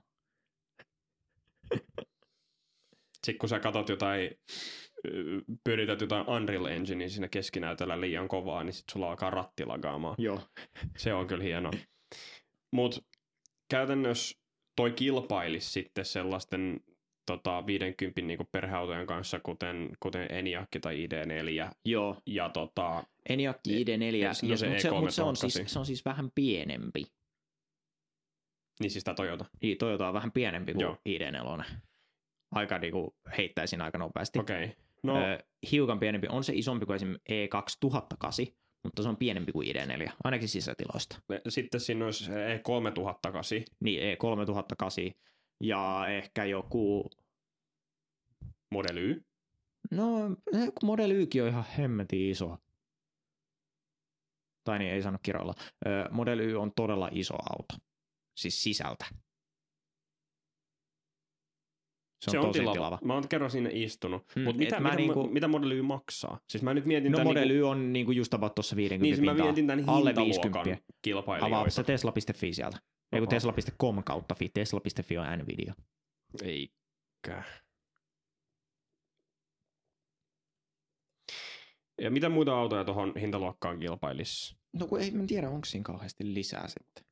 B: Sitten kun sä katot jotain, ö, pyörität jotain Unreal Enginea siinä keskinäytöllä liian kovaa, niin sitten sulla alkaa ratti lagaamaan.
A: Joo.
B: Se on kyllä hieno. Mutta käytännössä toi kilpailisi sitten sellaisten tota, 50 niinku perheautojen kanssa, kuten, kuten Eniakki tai ID4.
A: Joo.
B: Ja tota,
A: Eniac ID4, ja,
B: se on e- no se
A: mutta se,
B: E3
A: mut se, on siis,
B: torkkasi.
A: se on siis vähän pienempi.
B: niin siis tää Toyota.
A: Niin, Toyota on vähän pienempi kuin
B: Joo.
A: ID4. Aika niinku heittäisin aika nopeasti.
B: Okei. Okay. No,
A: Ö, hiukan pienempi. On se isompi kuin esim. E2008, mutta se on pienempi kuin ID4, ainakin sisätiloista.
B: ne- e, sitten siinä olisi e, se E3008.
A: Niin, E3008 ja ehkä joku...
B: Model Y.
A: No, eh, kun Model Ykin on ihan hemmetin iso. Tai niin, ei saanut kiroilla. Ö, Model Y on todella iso auto. Siis sisältä. Se on, se on tosi tilava. tilava.
B: Mä oon kerran siinä istunut.
A: Mm,
B: Mm, Mutta
A: et
B: mitä,
A: mä
B: mitä,
A: niinku-
B: niinku... mitä Model Y maksaa? Siis mä nyt mietin
A: No
B: tän
A: Model
B: niinku,
A: Y on niinku just about tuossa 50
B: niin, siis mä mietin tämän
A: pintaa. Alle
B: hintaluokan
A: 50. Avaapa
B: kilpailijoita.
A: se tesla.fi sieltä. Ei kun
B: Avaapa.
A: tesla.com kautta fi. Tesla.fi on Nvidia.
B: Eikä. Ja mitä muita autoja tuohon hintaluokkaan kilpailisi?
A: No kun ei, mä en tiedä, onko siinä kauheasti lisää sitten.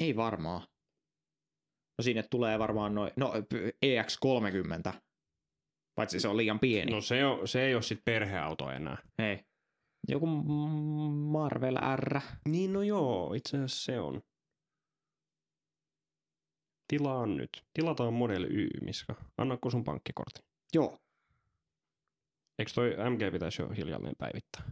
A: Ei varmaan. No sinne tulee varmaan noin, no p- EX30, paitsi se on liian pieni.
B: No se, on, se ei ole sitten perheauto enää.
A: Ei. Joku mm, Marvel R.
B: Niin no joo, itse asiassa se on. Tilaa nyt. Tilataan Model Y, Miska. Annako sun pankkikortin?
A: Joo.
B: Eikö toi MG pitäisi jo hiljalleen päivittää?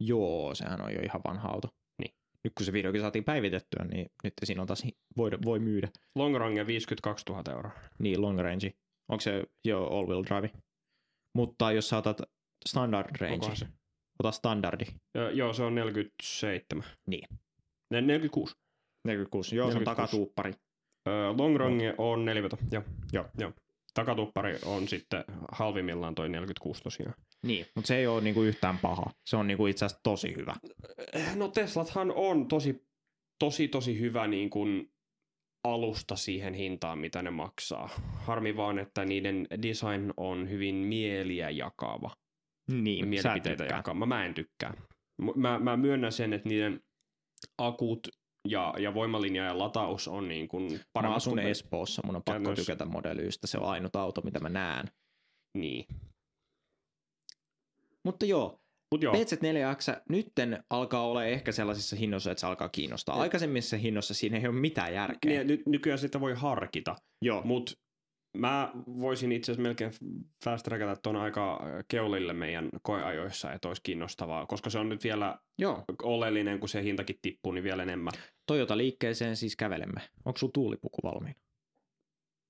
A: Joo, sehän on jo ihan vanha auto.
B: Niin.
A: Nyt kun se videokin saatiin päivitettyä, niin nyt siinä on taas hi- voi, voi myydä.
B: Long Range 52 000 euroa.
A: Niin, long range. Onko se jo all wheel drive? Mutta jos sä otat standard range,
B: Onkohan se?
A: ota standardi.
B: Ö, joo, se on 47.
A: Niin.
B: Ne- 46.
A: 46, joo, se on
B: 46.
A: takatuuppari.
B: Öö, Long Range on 40, joo.
A: Joo.
B: joo. Takatuppari on sitten halvimmillaan toi 46 tosiaan.
A: Niin, mutta se ei ole niinku yhtään paha. Se on niinku itse asiassa tosi hyvä.
B: No Teslathan on tosi, tosi, tosi hyvä niin kuin alusta siihen hintaan, mitä ne maksaa. Harmi vaan, että niiden design on hyvin mieliä jakava.
A: Niin,
B: mielipiteitä jakaa. Mä, mä en tykkää. M- Mä, mä myönnän sen, että niiden akut ja, ja voimalinja ja lataus on niin kuin
A: Mä
B: paremmat
A: asun
B: kuin-
A: Espoossa, mun on pakko
B: Käännös.
A: tykätä modelyistä. Se on ainut auto, mitä mä näen.
B: Niin.
A: Mutta joo,
B: Mut joo,
A: BZ4X nytten alkaa olla ehkä sellaisissa hinnoissa, että se alkaa kiinnostaa.
B: Ja-
A: Aikaisemmissa hinnoissa siinä ei ole mitään järkeä.
B: niin, ny- nykyään sitä voi harkita.
A: Joo.
B: Mutta mä voisin itse asiassa melkein fast trackata ton aika äh, keulille meidän koeajoissa, että olisi kiinnostavaa, koska se on nyt vielä
A: Joo.
B: oleellinen, kun se hintakin tippuu, niin vielä enemmän.
A: Toyota liikkeeseen siis kävelemme. Onko sulla tuulipuku valmiina?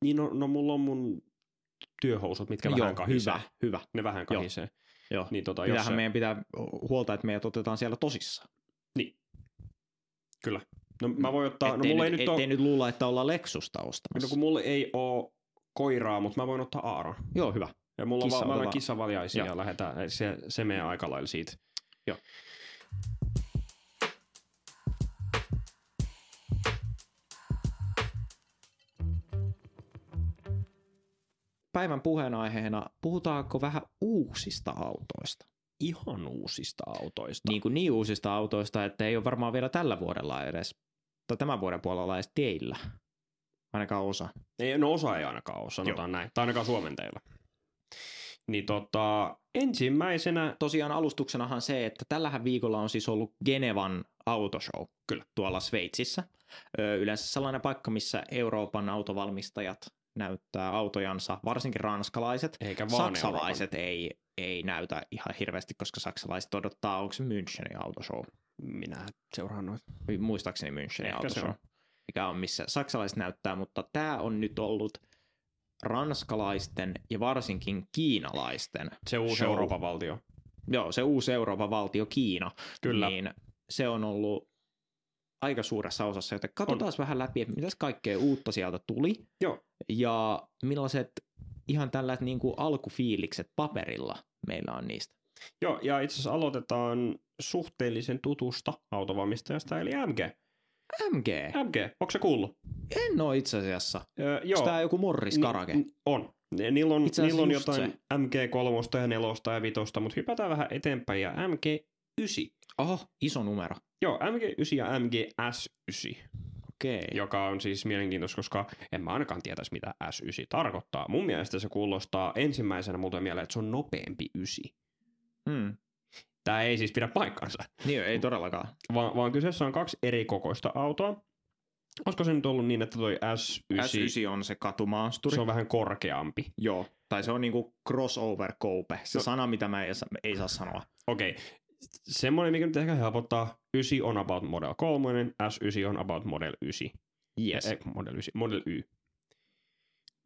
B: Niin no, no mulla on mun työhousut, mitkä vähän
A: Joo,
B: kahisee.
A: hyvä, hyvä.
B: Ne vähän
A: Joo.
B: kahisee.
A: Joo.
B: Niin tota, jos
A: Pitäähän
B: se,
A: meidän pitää huolta, että meidät otetaan siellä tosissaan.
B: Kyllä. No mä voin ottaa, no
A: ettei
B: mulla ei
A: nyt,
B: nyt
A: ettei
B: ole,
A: nyt luulla, että ollaan Lexusta ostamassa.
B: no kun mulla ei oo koiraa, mutta mä voin ottaa Aaron.
A: Joo, hyvä.
B: Ja mulla
A: Kissa
B: Kissa on vaan
A: otetaan.
B: kissavaljaisia
A: Joo.
B: ja lähdetään, ei, se, se menee aika lailla siitä.
A: Joo. Päivän puheenaiheena puhutaanko vähän uusista autoista?
B: Ihan uusista autoista.
A: Niin kuin niin uusista autoista, että ei ole varmaan vielä tällä vuodella edes, tai tämän vuoden puolella edes teillä. Ainakaan osa.
B: Ei, no osa ei ainakaan ole, sanotaan Joo. näin. Tai ainakaan Suomen teillä. Niin tota, ensimmäisenä,
A: Tosiaan alustuksenahan se, että tällähän viikolla on siis ollut Genevan autoshow
B: Kyllä.
A: tuolla Sveitsissä. Ö, Yleensä sellainen paikka, missä Euroopan autovalmistajat näyttää autojansa, varsinkin ranskalaiset.
B: eikä vaan
A: Saksalaiset ei, ei näytä ihan hirveästi, koska saksalaiset odottaa, onko se Münchenin autoshow.
B: Euroopan. Minä seuraan noita.
A: Muistaakseni Münchenin
B: Ehkä se
A: autoshow,
B: on.
A: mikä on missä saksalaiset näyttää, mutta tämä on nyt ollut ranskalaisten ja varsinkin kiinalaisten.
B: Se uusi
A: Show.
B: Euroopan valtio.
A: Joo, se uusi Euroopan valtio Kiina,
B: Kyllä.
A: niin se on ollut aika suuressa osassa, joten katsotaan vähän läpi, että mitäs kaikkea uutta sieltä tuli.
B: Joo.
A: Ja millaiset ihan tällaiset niin kuin alkufiilikset paperilla meillä on niistä.
B: Joo, ja itse asiassa aloitetaan suhteellisen tutusta autovalmistajasta, eli MG.
A: MG.
B: MG, onko se kuullut?
A: En ole itse asiassa.
B: Öö, joo.
A: Onko tämä joku Morris Karake?
B: N- n- on. Ne- Niillä on,
A: siis Itse asiassa
B: niillä on
A: just
B: jotain MG3 ja 4 ja 5, mutta hypätään vähän eteenpäin ja MG9.
A: Oho, iso numero.
B: Joo, MG9 ja MGS9,
A: Okei. Okay.
B: joka on siis mielenkiintoista, koska en mä ainakaan tietäisi, mitä S9 tarkoittaa. Mun mielestä se kuulostaa ensimmäisenä muuten mieleen, että se on nopeampi 9.
A: Mm.
B: Tämä ei siis pidä paikkansa.
A: Niin, ei todellakaan.
B: vaan, vaan kyseessä on kaksi eri kokoista autoa. Olisiko se nyt ollut niin, että toi S9, S9
A: S9 on se katumaasturi.
B: se on vähän korkeampi?
A: Joo, tai se on niinku crossover coupe, se
B: No-
A: no. sana, mitä mä ei, saa- ei saa sanoa.
B: Okei. Semmoinen, mikä nyt ehkä helpottaa. 9 on about model 3, S9 on about model 9.
A: Yes.
B: Ei, model 9, model Y.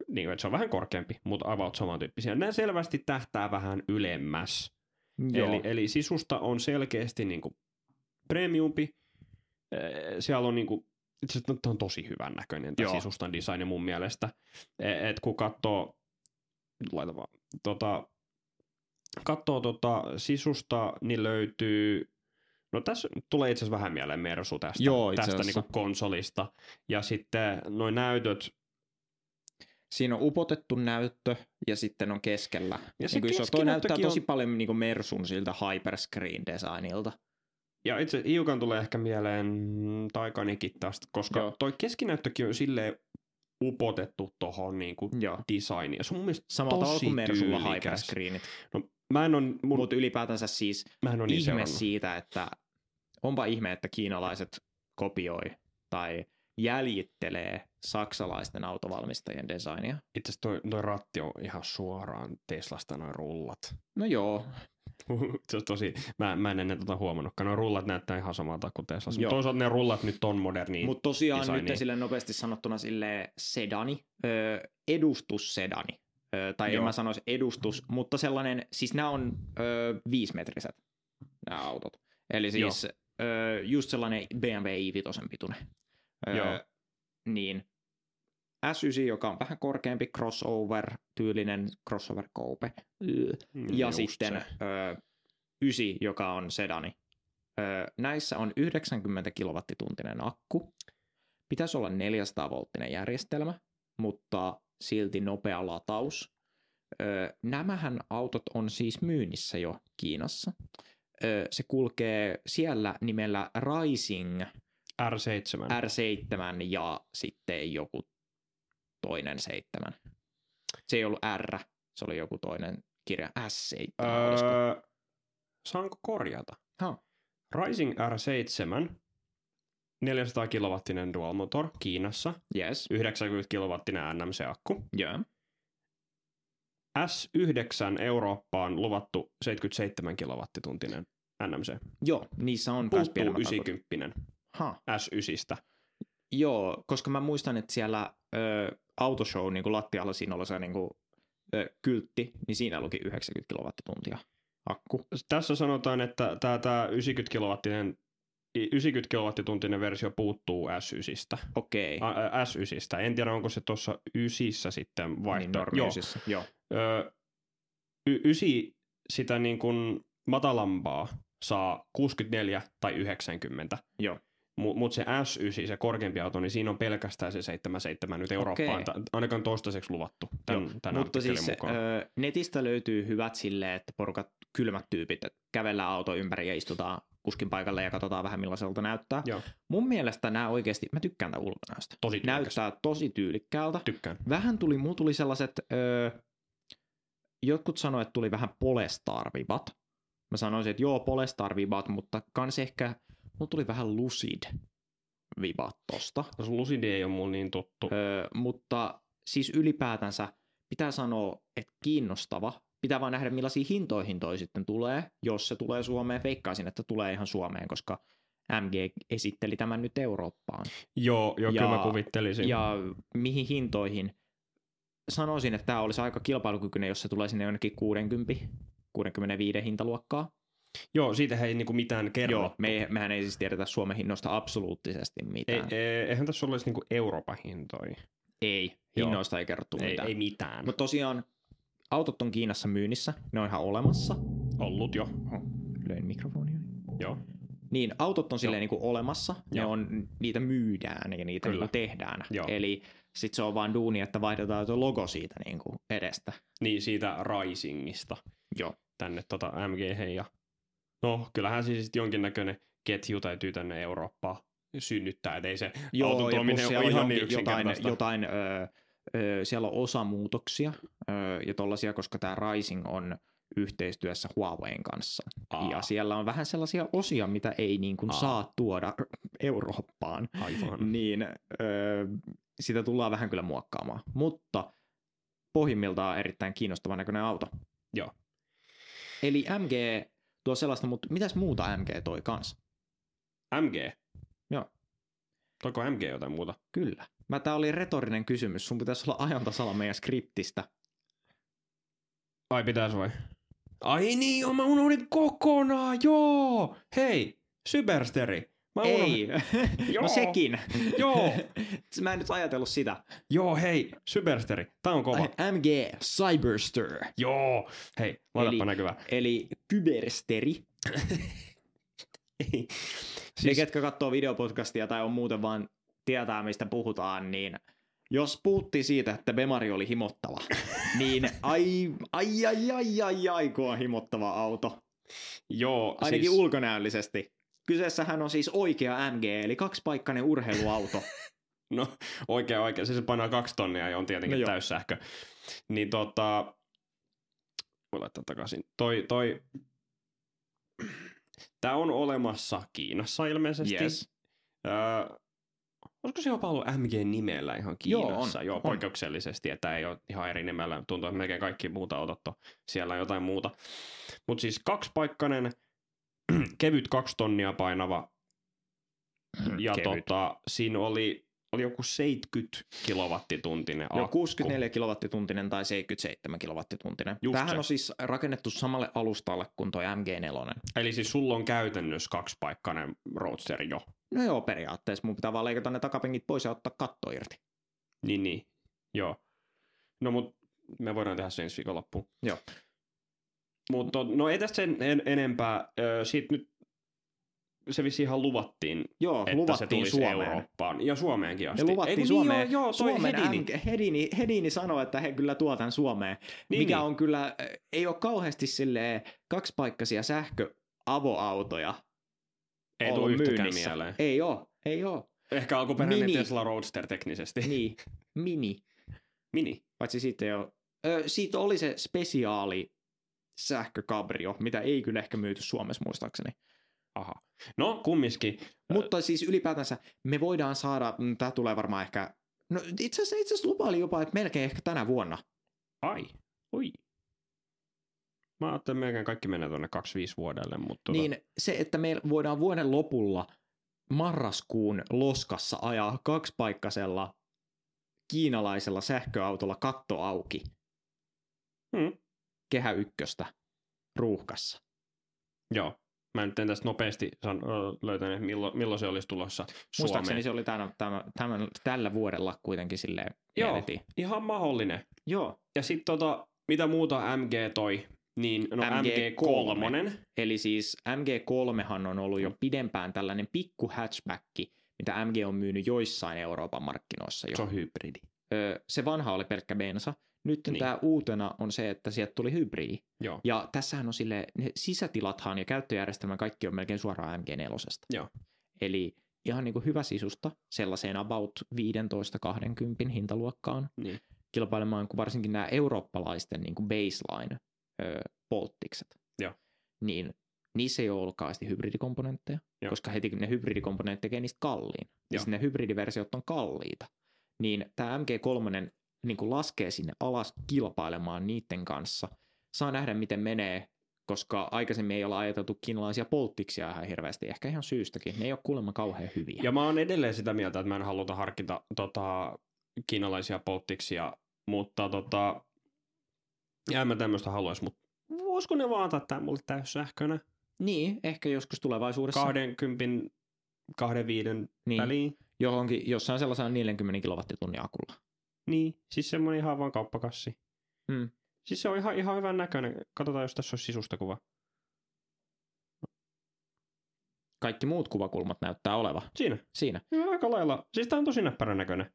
B: Niin, että se on vähän korkeampi, mutta about samantyyppisiä. Nämä selvästi tähtää vähän ylemmäs. Eli, eli sisusta on selkeästi niin kuin premiumpi. Ee, Siellä on niin kuin, itse asiassa tämä on tosi hyvän näköinen tämä
A: Joo.
B: sisustan design mun mielestä. E- Et kun katsoo, laita vaan, tota, katsoo tota sisusta, niin löytyy, no tässä tulee itse asiassa vähän mieleen Mersu tästä,
A: Joo, itse
B: tästä niin
A: asiassa.
B: kuin konsolista. Ja sitten noin näytöt,
A: Siinä on upotettu näyttö ja sitten on keskellä. Ja
B: se
A: se niin toi
B: keskinäyttökin
A: näyttää
B: on-
A: on... tosi paljon niin kuin Mersun siltä hyperscreen designilta.
B: Ja itse asiassa hiukan tulee ehkä mieleen mm, Taikanikin tästä, koska Joo.
A: Joo.
B: toi keskinäyttökin on silleen upotettu tohon niinku
A: Joo.
B: designiin. Ja se on mun mielestä,
A: Samalla
B: Tosi
A: tavalla kuin Mersulla
B: tyylikäs.
A: hyperscreenit.
B: no mä en on, mun,
A: Mutta ylipäätänsä siis
B: mä en
A: niin
B: on niin
A: ihme
B: seurannut.
A: siitä, että onpa ihme, että kiinalaiset kopioi tai jäljittelee saksalaisten autovalmistajien designia.
B: Itse asiassa toi, toi ratti on ihan suoraan Teslasta noin rullat. [LAUGHS]
A: No joo,
B: se on tosi, mä, mä en ennen tota huomannutkaan. Noin rullat näyttää ihan samalta kuin Teslassa. Mut
A: Joo.
B: Toisaalta ne rullat nyt on moderni.
A: mutta tosiaan
B: designia.
A: nyt sille nopeasti sanottuna sille sedani, ö, edustussedani, ö, tai
B: Joo.
A: en mä sanoisi edustus, mutta sellainen, siis nämä on ö, viisimetriset nämä autot. Eli siis ö, just sellainen BMW i5 pituinen.
B: Joo.
A: Ö, niin S9, joka on vähän korkeampi crossover, tyylinen crossover coupe, Ö,
B: Mm,
A: ja
B: just
A: sitten
B: se.
A: ö, 9, joka on sedani. Ö, näissä on 90 kilowattituntinen akku. Pitäisi olla 400-volttinen järjestelmä, mutta silti nopea lataus. Ö, nämähän autot on siis myynnissä jo Kiinassa. Ö, se kulkee siellä nimellä Rising
B: R7.
A: R7 ja sitten joku toinen seitsemän. Se ei ollut R, se oli joku toinen kirja S7. olisiko?
B: Öö, saanko korjata?
A: Ha.
B: Rising R7, 400 kilowattinen dual motor Kiinassa,
A: Yes.
B: 90 kilowattinen NMC-akku.
A: Joo.
B: S9 Eurooppaan luvattu 77 kilowattituntinen NMC.
A: Joo, niissä on kans
B: Puuttuu
A: pienemmät akut.
B: 90
A: Ha.
B: S9.
A: Joo, koska mä muistan, että siellä ö, autoshow niin kuin lattialla siinä oli se niin kuin, ö, kyltti, niin siinä luki 90 kilowattituntia akku.
B: Tässä sanotaan, että tämä 90 kilowattinen 90 kilowattituntinen versio puuttuu S9.
A: Okei. Niin
B: A- ä, S9. En tiedä, onko se tuossa ysissä sitten
A: Niin
B: vaihto.
A: normi
B: Joo.
A: ysissä. Joo.
B: Ö, y- ysi sitä niin kuin matalampaa saa 64 tai 90.
A: Joo.
B: Mutta mut se S9, se korkeampi auto, niin siinä on pelkästään se 77 nyt Eurooppaan,
A: Okei.
B: okay. ainakaan toistaiseksi luvattu tämän, tämän
A: Mutta siis
B: mukaan.
A: ö, netistä löytyy hyvät silleen, että porukat, kylmät tyypit, että kävellään auto ympäri ja istutaan kuskin paikalle ja katsotaan vähän millaiselta näyttää.
B: Joo.
A: Mun mielestä nämä oikeasti, mä tykkään tämän ulkonäöstä.
B: Tosi tyylikäs.
A: Näyttää tosi tyylikkäältä.
B: Tykkään.
A: vähän tuli, mulla tuli sellaiset, öö, jotkut sanoi, että tuli vähän polestarvibat. Mä sanoisin, että joo, polestarvibat, mutta kans ehkä, mulla tuli vähän lucid vibat tosta.
B: No, sun Lucid ei ole mulla niin tuttu.
A: Öö, mutta siis ylipäätänsä pitää sanoa, että kiinnostava. Pitää vaan nähdä, millaisiin hintoihin toi sitten tulee. Jos se tulee Suomeen, veikkaisin, että tulee ihan Suomeen, koska MG esitteli tämän nyt Eurooppaan.
B: Joo, joo
A: ja-
B: kyllä mä kuvittelisin.
A: Ja mihin hintoihin? Sanoisin, että tämä olisi aika kilpailukykyinen, jos se tulee sinne jonnekin 60, 65 hintaluokkaa.
B: Joo, siitä ei niinku mitään kerro.
A: Joo, me ei, mehän ei siis tiedetä Suomen hinnoista absoluuttisesti
B: Ei,
A: mitään.
B: ei, eihän tässä olisi niinku Euroopan hintoja.
A: ei
B: Joo.
A: hinnoista ei kerrottu
B: Ei,
A: mitään.
B: ei mitään.
A: Mutta tosiaan, autot on Kiinassa myynnissä, ne on ihan olemassa.
B: ollut jo.
A: Löin mikrofonia.
B: Joo.
A: Niin, autot on silleen niin kuin olemassa, ne
B: Joo.
A: on, niitä myydään ja niitä
B: Kyllä.
A: niin kuin tehdään.
B: Joo.
A: Eli sitten se on vaan duuni, että vaihdetaan tuo logo siitä niin kuin edestä.
B: Niin siitä Risingista
A: Joo.
B: tänne tota MGH ja no kyllähän siis sit jonkinnäköinen ketju täytyy tänne Eurooppaan synnyttää, ettei se auton
A: ja plus
B: tuominen
A: siellä
B: ole ihan niin
A: jonkin- jotain,
B: yksinkertaista.
A: jotain ö, ö, siellä on osamuutoksia ö, ja tollaisia, koska tämä Rising on yhteistyössä Huawein kanssa.
B: Aa,
A: Ja siellä on vähän sellaisia osia, mitä ei niin kuin
B: Aa.
A: saa tuoda Eurooppaan.
B: aivan.
A: Niin ö, sitä tullaan vähän kyllä muokkaamaan. Mutta pohjimmiltaan erittäin kiinnostavan näköinen auto.
B: Joo.
A: Eli MG tuo sellaista, mutta mitäs muuta MG toi kanssa?
B: MG.
A: Joo.
B: Toiko MG jotain muuta?
A: Kyllä. Mä tää oli retorinen kysymys. Sun pitäisi olla ajan tasalla meidän skriptistä.
B: Ai pitäis vai? Ai niin, joo, mä unohdin kokonaan, joo! Hei, Cybersteri! Mä unohdin-
A: Ei. [LAUGHS]
B: Joo.
A: no sekin.
B: Joo.
A: [LAUGHS] Mä en nyt ajatellut sitä.
B: Joo, hei, Cybersteri, tää on kova.
A: Ai, MG Cyberster.
B: Joo, hei, laitapa
A: Eli-
B: Eli...
A: [LAUGHS]
B: näkyvää.
A: Eli kybersteri. Siis... Ne, ketkä katsoo videopodcastia tai on muuten vaan tietää, mistä puhutaan, niin jos puhuttiin siitä, että Bemari oli
B: [LAUGHS]
A: himottava, niin ai, ai, ai, ai, ai, ai, kun on himottava auto.
B: Joo,
A: Ainakin siis...
B: siis,
A: ulkonäöllisesti. Kyseessähän on siis oikea MG, eli kaksipaikkainen urheiluauto.
B: no oikein oikein, siis se painaa kaksi tonnia ja on
A: No
B: tietenkin no
A: joo.
B: täyssähkö. Niin tota, voi laittaa takaisin. Toi, toi, tää on olemassa Kiinassa ilmeisesti.
A: Yes.
B: Öö, olisiko se jopa ollut MG-nimellä ihan
A: Joo, on,
B: Kiinassa? Joo,
A: on.
B: poikkeuksellisesti, että tämä ei ole ihan eri nimellä. Tuntuu, että melkein kaikki muuta autot on siellä jotain muuta. Mutta siis kaksipaikkainen, [CLEARS THROAT] kevyt kaksi tonnia painava [LAUGHS] ja
A: Mm, Kevyt.
B: tota, siinä oli, oli joku 70 kilowattituntinen
A: Joo,
B: akku.
A: 64 kilowattituntinen tai 77 kilowattituntinen.
B: Just
A: Tämähän
B: se.
A: on siis rakennettu samalle alustalle kuin toi MG4.
B: Eli siis sulla on käytännössä kaksipaikkainen roadster jo.
A: No joo, periaatteessa mun pitää vaan leikata ne takapenkit pois ja ottaa katto irti.
B: Niin, niin. Joo. No mut me voidaan tehdä se ensi viikonloppuun.
A: Joo.
B: Mutta no ei tästä sen en, enempää. Ö, Siitä nyt se vissi ihan luvattiin,
A: Joo,
B: että se
A: luvattiin
B: tulisi
A: Suomeen.
B: Eurooppaan. Ja Suomeenkin asti.
A: Ne luvattiin
B: Ei, kun
A: Suomeen.
B: Niin, joo, joo, toi
A: Suomen
B: Hedini.
A: MG, Hedini, Hedini sanoi, että he kyllä tuo tämän Suomeen, niin,
B: Niin,
A: mikä
B: niin.
A: on kyllä, äh, ei ole kauheasti silleen kaksipaikkaisia sähköavoautoja
B: Ei
A: ollut
B: tule yhtäkään
A: myynnissä.
B: mieleen.
A: Ei oo, ei oo.
B: Ehkä alkuperäinen
A: Mini.
B: Tesla Roadster teknisesti.
A: Niin, mini.
B: [LAUGHS] Mini.
A: eh, Paitsi siitä ei ole. Ö, siitä oli se spesiaali sähkökabrio, mitä ei kyllä ehkä myyty Suomessa muistaakseni.
B: Aha. No, kumminkin.
A: Mutta siis ylipäätänsä me voidaan saada, mm, tämä tulee varmaan ehkä, no itse asiassa, itse asiassa lupaili jopa, että melkein ehkä tänä vuonna.
B: Ai, oi. Mä ajattelin, että melkein kaikki menee tuonne 25 vuodelle, mutta... tota-
A: Niin se, että me voidaan vuoden lopulla marraskuun loskassa ajaa kaksipaikkaisella kiinalaisella sähköautolla katto auki
B: Hmm.
A: kehä ykköstä ruuhkassa.
B: Joo. Mä nyt en tästä nopeasti san, ö, löytänyt, milloin, milloin se olisi tulossa Suomeen.
A: Muistaakseni se oli tämän, tämän, tämän, tällä vuodella kuitenkin silleen
B: Joo.
A: mieletiin.
B: Ihan mahdollinen.
A: Joo.
B: Ja sitten tota, mitä muuta MG toi? Niin, no
A: MG3.
B: MG3.
A: Eli siis MG3han on ollut jo pidempään tällainen pikku hatchback, mitä MG on myynyt joissain Euroopan markkinoissa jo.
B: Se on hybridi.
A: Ö, se vanha oli pelkkä bensa. Nyt
B: Niin.
A: niin. tämä uutena on se, että sieltä tuli hybridi.
B: Joo.
A: Ja tässähän on sille ne sisätilathan ja käyttöjärjestelmä kaikki on melkein suoraan MG4.
B: Joo.
A: Eli ihan niin kuin hyvä sisusta sellaiseen about 15-20 hintaluokkaan
B: Niin.
A: kilpailemaan kuin varsinkin nämä eurooppalaisten niin kuin baseline ö, polttikset.
B: Joo.
A: Niin niissä ei ole ollut kauheasti hybridikomponentteja,
B: Joo.
A: Joo. koska heti ne hybridikomponentit tekee niistä kalliin.
B: Joo.
A: Ja sitten ne hybridiversiot on kalliita. Niin tämä MG3 niin kuin laskee sinne alas kilpailemaan niiden kanssa. Saa nähdä, miten menee, koska aikaisemmin ei olla ajateltu kiinalaisia polttiksia ihan hirveästi. Ehkä ihan syystäkin. Ne ei ole kuulemma kauhean hyviä.
B: Ja mä oon edelleen sitä mieltä, että mä en haluta harkita tota, kiinalaisia polttiksia, mutta tota, ja en mä tämmöistä haluaisi, mutta voisiko ne vaan antaa tää mulle täyssähkönä?
A: Niin, ehkä joskus tulevaisuudessa.
B: 20, 25 niin.
A: niin.
B: väliin.
A: johonkin, jossain sellaisella 40 kilowattitunnin akulla.
B: Niin, siis semmoinen ihan vaan kauppakassi.
A: Mm.
B: Siis se on ihan, ihan hyvän näköinen. Katsotaan, jos tässä olisi sisusta kuva.
A: Kaikki muut kuvakulmat näyttää oleva
B: Siinä.
A: siinä.
B: Joo, aika lailla. Siis tää on tosi näppärän näköinen.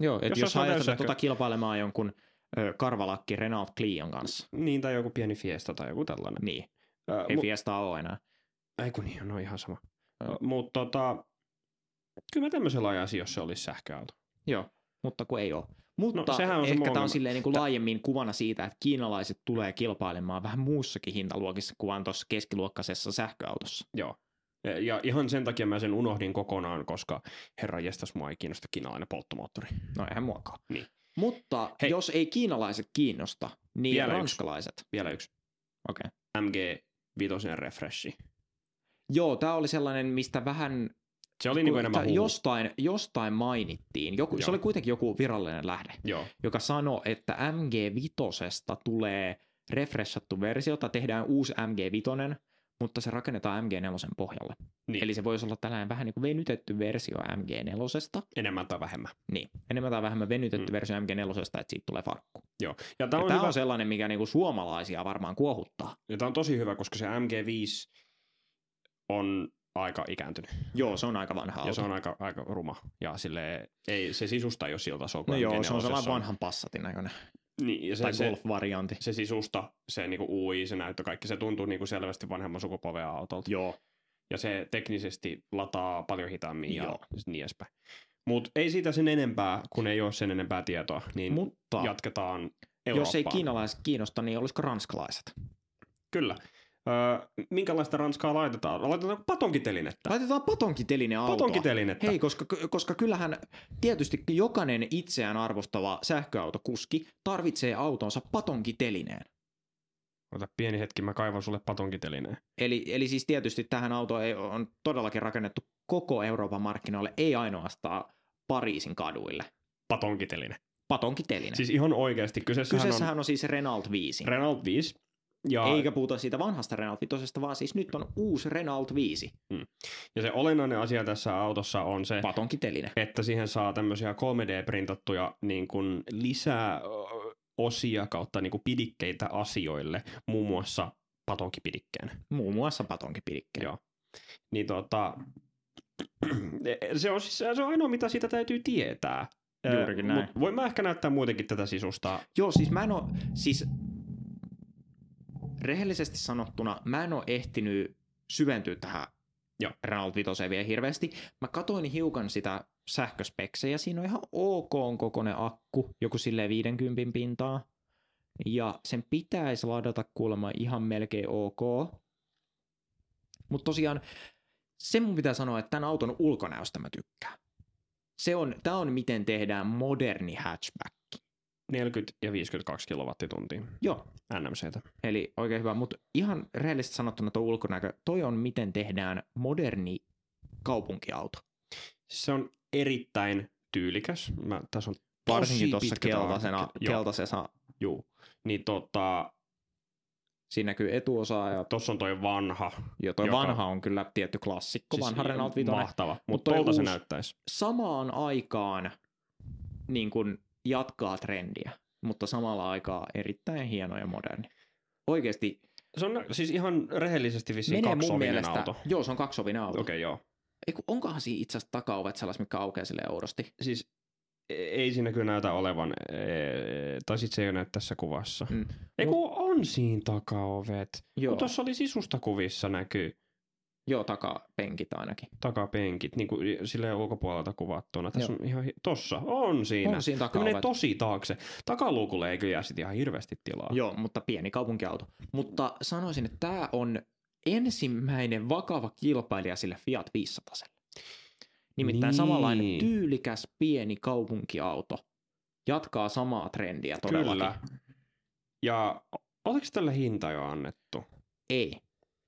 A: Joo, että
B: Jos
A: jos,
B: olisi
A: jos ajatellaan
B: täyssähkö.
A: tuota kilpailemaan jonkun ö, karvalakki Renault Clion kanssa,
B: Niin, tai joku pieni fiesta tai joku tällainen.
A: niin
B: Ö,
A: ei
B: mu-
A: Fiesta ole enää.
B: Ei kun niin, no ihan sama.
A: Joo.
B: Mutta tota, kyllä mä tämmöisellä ajaisin, jos se olisi sähköauto.
A: Joo, mutta kun ei ole. Mutta
B: No, sehän on se mun
A: ehkä tämä
B: ongelma.
A: on silleen niin kuin
B: Tä-
A: laajemmin kuvana siitä, että kiinalaiset tulee kilpailemaan vähän muussakin hintaluokissa kuin vaan tuossa keskiluokkaisessa sähköautossa.
B: Ja- Ja ihan sen takia mä sen unohdin kokonaan, koska herra jestas, mua ei kiinnosta kiinalainen polttomoottori.
A: No eihän muakaan.
B: Niin.
A: Mutta
B: Hei.
A: Hei. jos ei kiinalaiset kiinnosta, niin
B: Vielä
A: Vielä
B: yksi.
A: ranskalaiset.
B: Vielä yksi.
A: Okei.
B: MG Vitosen refreshi.
A: Joo, tämä oli sellainen, mistä vähän
B: Se oli niinku
A: Kun
B: enemmän
A: tää
B: huhu.
A: jostain, jostain mainittiin, joku,
B: Joo.
A: se oli kuitenkin joku virallinen lähde,
B: Joo.
A: joka sanoi, että MG5 tulee refreshattu versiota, tehdään uusi MG5, mutta se rakennetaan MG4 pohjalle.
B: Niin.
A: Eli se voisi olla tällainen vähän niin kuin venytetty versio MG4,
B: Enemmän tai vähemmän.
A: niin, enemmän tai vähemmän venytetty
B: Mm.
A: mm. versio MG4, että siitä tulee farkku.
B: Ja tämä
A: Tämä
B: on,
A: on,
B: hyvä,
A: on sellainen, mikä niin kuin suomalaisia varmaan kuohuttaa.
B: ja tää on tosi hyvä, koska se MG5 on aika ikääntynyt.
A: Joo, se on aika vanha
B: Ja se
A: auto.
B: on aika, aika ruma. Ja sille ei, se sisusta ei ole siltä tasolla kuin
A: No joo, se on
B: MG4:ssä
A: sellainen vanhan passatin näköinen.
B: Niin, ja se,
A: Tai
B: se,
A: golf-variantti.
B: se sisusta, se niinku UI, se näyttö, kaikki, se tuntuu niinku selvästi vanhemman sukupolven autolta.
A: Joo.
B: Ja se teknisesti lataa paljon hitaammin ja
A: Joo.
B: niin edespäin. Mutta ei siitä sen enempää, kun ei ole sen enempää tietoa, niin Mut
A: Mutta
B: jatketaan Eurooppaan.
A: Jos ei kiinalaiset kiinnosta, niin olisiko ranskalaiset?
B: Kyllä. Öö, minkälaista ranskaa laitetaan? Laitetaanko patonkitelinettä?
A: Laitetaan patonkiteline autoon.
B: Patonkitelinettä.
A: Hei, koska, koska kyllähän tietysti jokainen itseään arvostava sähköautokuski tarvitsee autonsa patonkitelineen.
B: Ota pieni hetki, mä kaivan sulle patonkitelineen.
A: Eli, eli siis tietysti tähän auto ei, on todellakin rakennettu koko Euroopan markkinoille, ei ainoastaan Pariisin kaduille.
B: Patonkiteline.
A: Patonkiteline. Siis
B: Siis ihan oikeasti. Kyseessähän,
A: Kyseessähän on, on siis Renault 5.
B: on Renault 5. Ja,
A: Eikä puhuta siitä vanhasta Renault 5, vaan siis nyt on uusi Renault 5.
B: ja se olennainen asia tässä autossa on se,
A: Patonkiteline.
B: että siihen saa tämmöisiä 3D-printattuja niin kuin lisää ö, osia kautta niin kuin pidikkeitä asioille, muun muassa patonkipidikkeen.
A: Muun muassa patonkipidikkeen.
B: Joo. Niin tota, [CLEARS THROAT] se on siis se on ainoa, mitä siitä täytyy tietää. Ö,
A: Juurikin näin.
B: mut voin mä ehkä näyttää muutenkin tätä sisusta.
A: Joo, siis mä en oo, siis rehellisesti sanottuna mä en oo ehtinyt syventyä tähän
B: Joo.
A: Renault Vitoseen vielä hirveästi. Mä katoin hiukan sitä sähköspeksejä, siinä on ihan ok kokoinen akku, joku silleen 50 pintaa. Ja sen pitäisi ladata kuulemma ihan melkein ok. Mutta tosiaan sen mun pitää sanoa, että tämän auton ulkonäöstä mä tykkään. Se on, tää on miten tehdään moderni hatchback.
B: 40 ja 52 kilowattituntia
A: Joo,
B: NMCtä.
A: eli oikein hyvä, mutta ihan rehellisesti sanottuna tuo ulkonäkö, toi on miten tehdään moderni kaupunkiauto.
B: Siis se on erittäin tyylikäs. Mä, tässä on tosi
A: Varsinkin tuossa
B: pitkä
A: keltaisena,
B: taakka. Joo,
A: keltaisena,
B: juu. Niin tota,
A: siinä näkyy etuosa ja,
B: tossa on toi vanha.
A: ja toi
B: Joka-
A: vanha on kyllä tietty klassikko, siis vanha Renault 5.
B: Mahtava, mutta
A: toi
B: tolta se
A: uusi-
B: näyttäisi.
A: samaan aikaan niin kuin jatkaa trendiä, mutta samalla aikaa erittäin hieno ja moderni. Oikeasti
B: Se on siis ihan rehellisesti vissiin
A: menee mun
B: kaksovinen
A: mielestä...
B: auto.
A: Auto.
B: Okei,
A: Joo, se on kaksovinen auto. Okay.
B: okay, joo.
A: Eiku, onkohan siinä itse asiassa takaovet sellaiset, mikä aukeaa sille oudosti?
B: Siis e- ei siinä kyllä näytä olevan, e- tai sit se ei näy tässä kuvassa.
A: Mm.
B: Ei kun on siinä takaovet.
A: Joo, tos...
B: Tuossa oli sisustakuvissa näkyy
A: joo takapenkit ainakin.
B: takapenkit, niin kuin silleen ulkopuolelta kuvattuna. Tässä
A: Joo.
B: on ihan, hi- tossa, on siinä.
A: Siinä. On siinä
B: Se menee
A: takaovet.
B: tosi taakse. Takaluukulle ei kyllä jää sit ihan hirveästi tilaa.
A: Joo, mutta pieni kaupunkiauto. Mutta sanoisin, että tämä on ensimmäinen vakava kilpailija sille Fiat 500. Nimittäin
B: Niin.
A: niin. samanlainen tyylikäs pieni kaupunkiauto jatkaa samaa trendiä todellakin.
B: Kyllä. Ja oliko tälle hinta jo annettu?
A: Ei.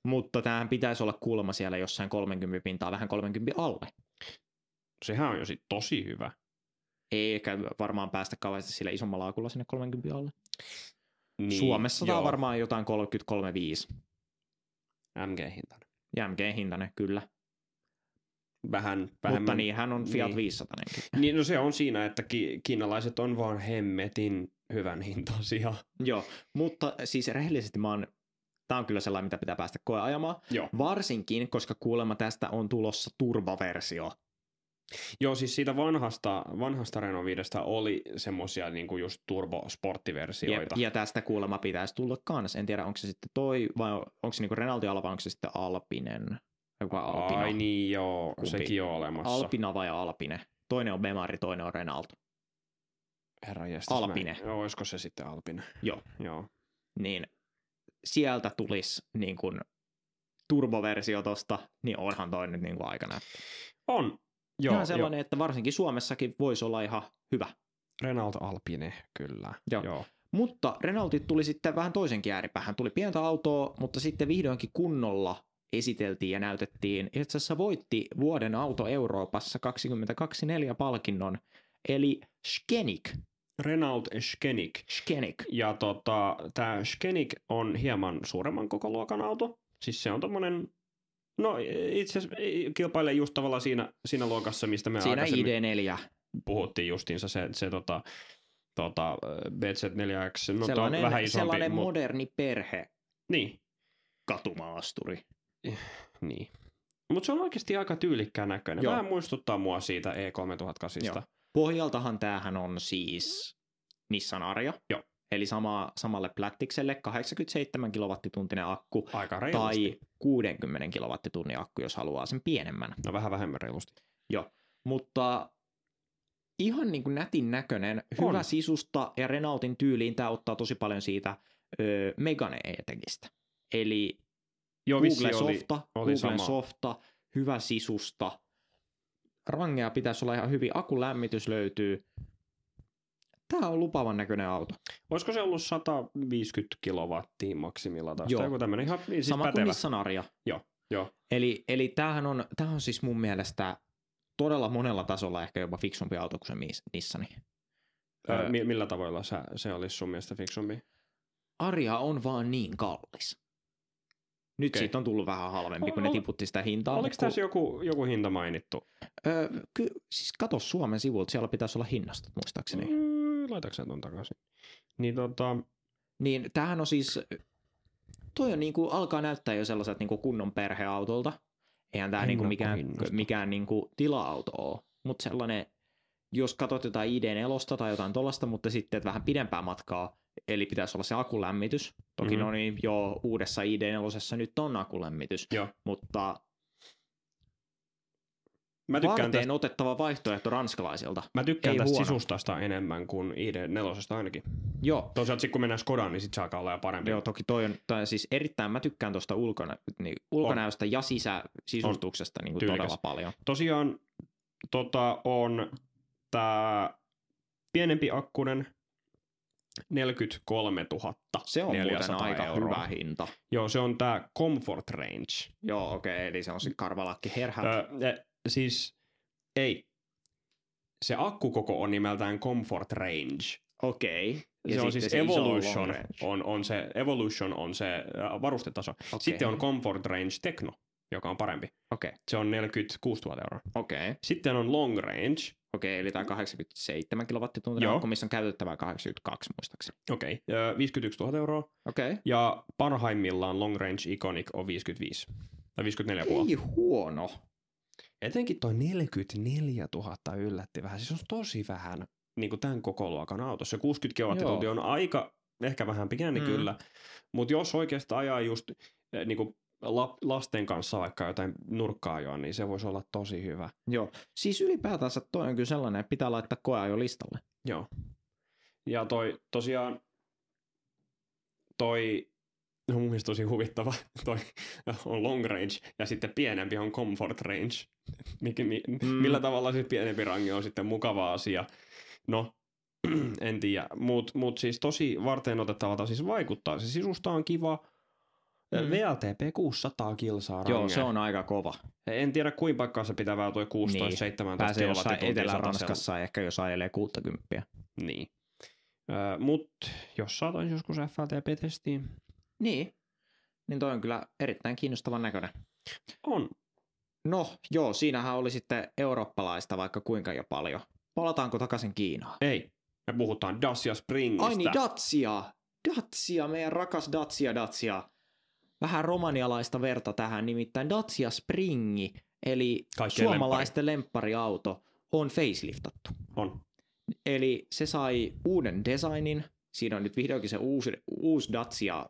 A: Mutta tämähän pitäisi olla kuulemma siellä jossain 30 pintaa, vähän 30 alle.
B: Sehän on jo sit tosi hyvä.
A: Eikä varmaan päästä kauheasti sillä isommalla akulla sinne 30 alle. Niin, Suomessa tämä on
B: joo,
A: varmaan jotain 33,5.
B: MG-hinta.
A: Ja MG-hintainen, kyllä.
B: Vähän
A: Vähemmän,
B: vähemmän.
A: Mutta niin, hän on Fiat niin.
B: niin.
A: 500 kyllä.
B: Niin, no se on siinä, että ki- kiinalaiset on vaan hemmetin hyvän hintaisia.
A: Joo, mutta siis rehellisesti mä oon, tää on kyllä sellainen, mitä pitää päästä koeajamaan.
B: Joo.
A: Varsinkin, koska kuulemma tästä on tulossa turvaversio.
B: Joo, siis siitä vanhasta, vanhasta Renault 5 oli semmosia niinku just turbosporttiversioita.
A: ja tästä kuulemma pitäisi tulla kans. En tiedä, onko se sitten toi, vai onko se niinku Renaultin ala, vai onko se sitten Alpinen? Joku Alpina.
B: Ai niin joo,
A: Kumpi?
B: sekin on olemassa.
A: Alpina vai Alpine? Toinen on Bemari, toinen on Renault.
B: Herra
A: Alpine.
B: Mä, olisiko se sitten Alpine?
A: Joo.
B: joo.
A: Niin sieltä tulisi niin kun, turboversio tosta, niin onhan toi nyt niin aikana.
B: On. Joo,
A: Joo, ihan sellainen, että varsinkin Suomessakin voisi olla ihan hyvä.
B: joo. Renault Alpine, kyllä.
A: Joo.
B: joo.
A: Mutta Renaultit tuli sitten vähän toisenkin ääripäähän. Tuli pientä autoa, mutta sitten vihdoinkin kunnolla esiteltiin ja näytettiin. Itse asiassa voitti vuoden auto Euroopassa 224 palkinnon, eli Skenik.
B: Renault Scenic.
A: Skenik.
B: Ja tota, tämä Scenic on hieman suuremman koko luokan auto. Siis se on tommonen, no itse asiassa ei- kilpailee just tavallaan siinä, siinä luokassa, mistä me
A: Siinä
B: aikaisemmin
A: ID4.
B: puhuttiin justiinsa, se, se tota, tota, BZ4X, no tää on
A: sellainen,
B: vähän isompi,
A: sellainen
B: mut,
A: moderni perhe
B: niin,
A: katumaasturi.
B: niin. Mutta se on oikeasti aika tyylikkään näköinen.
A: Joo.
B: Vähän muistuttaa mua siitä E E3008.
A: Joo. Pohjaltahan tämähän on siis Nissan Arja.
B: Joo.
A: Eli sama, samalle plättikselle 87 kilowattituntinen akku
B: Aika reilusti.
A: tai 60 kilowattitunnin akku, jos haluaa sen pienemmän.
B: No vähän vähemmän reilusti.
A: Mutta ihan niin kuin nätin näköinen,
B: On.
A: hyvä sisusta ja Renaultin tyyliin tämä ottaa tosi paljon siitä ö, Megane E-Techistä. Eli
B: Joo,
A: Google
B: vissi oli,
A: softa,
B: oli
A: Google
B: sama.
A: softa, hyvä sisusta. Rangea pitäisi olla ihan hyvin, akulämmitys löytyy. Tämä on lupavan näköinen auto.
B: olisiko se ollut 150 kilowattia maksimilla tai
A: Joo.
B: joku tämmöinen ihan siis
A: Siis Sama
B: pätevä.
A: kuin Nissan Arja.
B: Joo, joo.
A: Eli, eli tämähän on, tämähän on siis mun mielestä todella monella tasolla ehkä jopa fiksumpi auto kuin se Mis- Nissani.
B: Ö,
A: Ö,
B: mi- millä tavoilla sä, se olisi sun mielestä fiksumpi?
A: Arja on vaan niin kallis. Nyt okay.
B: Okei.
A: siitä on tullut vähän halvempi, kun
B: Ol-
A: ne
B: ol-
A: tiputti sitä hintaa.
B: Oliko
A: mut kun-
B: tässä joku, joku hinta mainittu?
A: Öö, ky, siis kato Suomen sivulta, siellä pitäisi olla hinnasta muistaakseni.
B: Mm, Laitatko sä ton takaisin? Niin tota,
A: Niin tämähän on siis, toi on niinku, alkaa näyttää jo sellaiset niinku kunnon perheautolta. Eihän tämä niinku mikään,
B: Ennakkohinnasta.
A: mikään niinku tila-auto ole, mutta sellainen, jos katsot jotain ID4 tai jotain tollasta, mutta sitten et vähän pidempää matkaa, eli pitäisi olla se akulämmitys. Toki
B: Mhm.
A: mm-hmm. no niin, joo, uudessa ID4 nyt on akulämmitys,
B: Joo.
A: mutta
B: Mä tykkään,
A: Varteen
B: tästä,
A: otettava vaihtoehto ranskalaisilta.
B: mä tykkään
A: ei
B: tästä
A: huono.
B: sisustasta enemmän kuin ID4 ainakin.
A: Joo.
B: Toisaalta sitten kun mennään Skodaan, niin sit se alkaa olla jo parempi.
A: Joo, toki toi on, tai siis erittäin, mä tykkään tuosta ulkona, niin ulkonäöstä ja sisä, sisustuksesta niin kuin
B: Tyylikäs.
A: todella paljon.
B: Tosiaan tota, on tämä pienempi akkunen 43 000.
A: Se on muuten
B: 400
A: aika
B: euroa.
A: hyvä hinta.
B: Joo, se on tämä Comfort Range.
A: Joo, okei, okay, eli se on se karvalakki herhät. Öö.
B: Ö, e, siis ei. Se akkukoko on nimeltään Comfort Range.
A: Okei.
B: Ja se on
A: sitten se
B: siis
A: iso long
B: Evolution,
A: range.
B: on, on se, Evolution on se äh, varustetaso.
A: Okei.
B: Sitten on Comfort Range Techno, joka on parempi.
A: Okei,
B: Se on 46 000 euroa.
A: okei.
B: Sitten on Long Range.
A: Okei, eli tämä 87 kilowattituntia,
B: Joo.
A: Joo. missä on käytettävää 82 muistaakseni.
B: Okei. Okay. 51 000 euroa.
A: Okei.
B: Ja parhaimmillaan Long Range Iconic on 55. Tai 54
A: Ei huono.
B: Etenkin toi 44 000 yllätti vähän. Siis on tosi vähän niin kuin tämän koko luokan autossa. Se 60 kilowattituntia on aika, ehkä vähän pieni
A: Mm.
B: mm. kyllä. Mutta jos oikeastaan ajaa just eh, niin kuin la, lasten kanssa vaikka jotain nurkkaa ajoa, niin se voisi olla tosi hyvä.
A: Joo. Siis ylipäätänsä toi on kyllä sellainen, että pitää laittaa koeajo listalle.
B: Joo. Ja toi tosiaan, toi no mun mielestä tosi huvittava, [LAUGHS] toi on long range ja sitten pienempi on comfort range. [LAUGHS] Mik, mi,
A: Mm.
B: mm. Millä tavalla siis pienempi range on sitten mukava asia? No, [CLEARS THROAT] en tiedä, mutta mut siis tosi varten otettavalta siis vaikuttaa. Se sisusta on kiva.
A: Mm.
B: Mm. VLTP 600 kilsaa
A: Joo,
B: rangea.
A: se on aika kova.
B: En tiedä kuinka paikkaansa pitävää toi 16-17
A: Niin. Pääsee jossain
B: kilowattituntia satasella.
A: Etelä-Ranskassa ehkä jos ajelee 60.
B: Niin. Öö, mut jos saataisiin joskus FLTP-testiin.
A: Niin. Niin toi on kyllä erittäin kiinnostavan näköinen.
B: On.
A: No joo, siinähän oli sitten eurooppalaista vaikka kuinka jo paljon. Palataanko takaisin Kiinaan?
B: Ei. Me puhutaan Dacia Springistä.
A: Ai niin, Datsia! Datsia, meidän rakas Datsia, Datsia. Vähän romanialaista verta tähän, nimittäin Datsia Springi, eli
B: Kaikkien
A: suomalaisten lemppariauto, on faceliftattu.
B: On.
A: Eli se sai uuden designin. Siinä on nyt vihdoinkin se uusi, uusi Datsia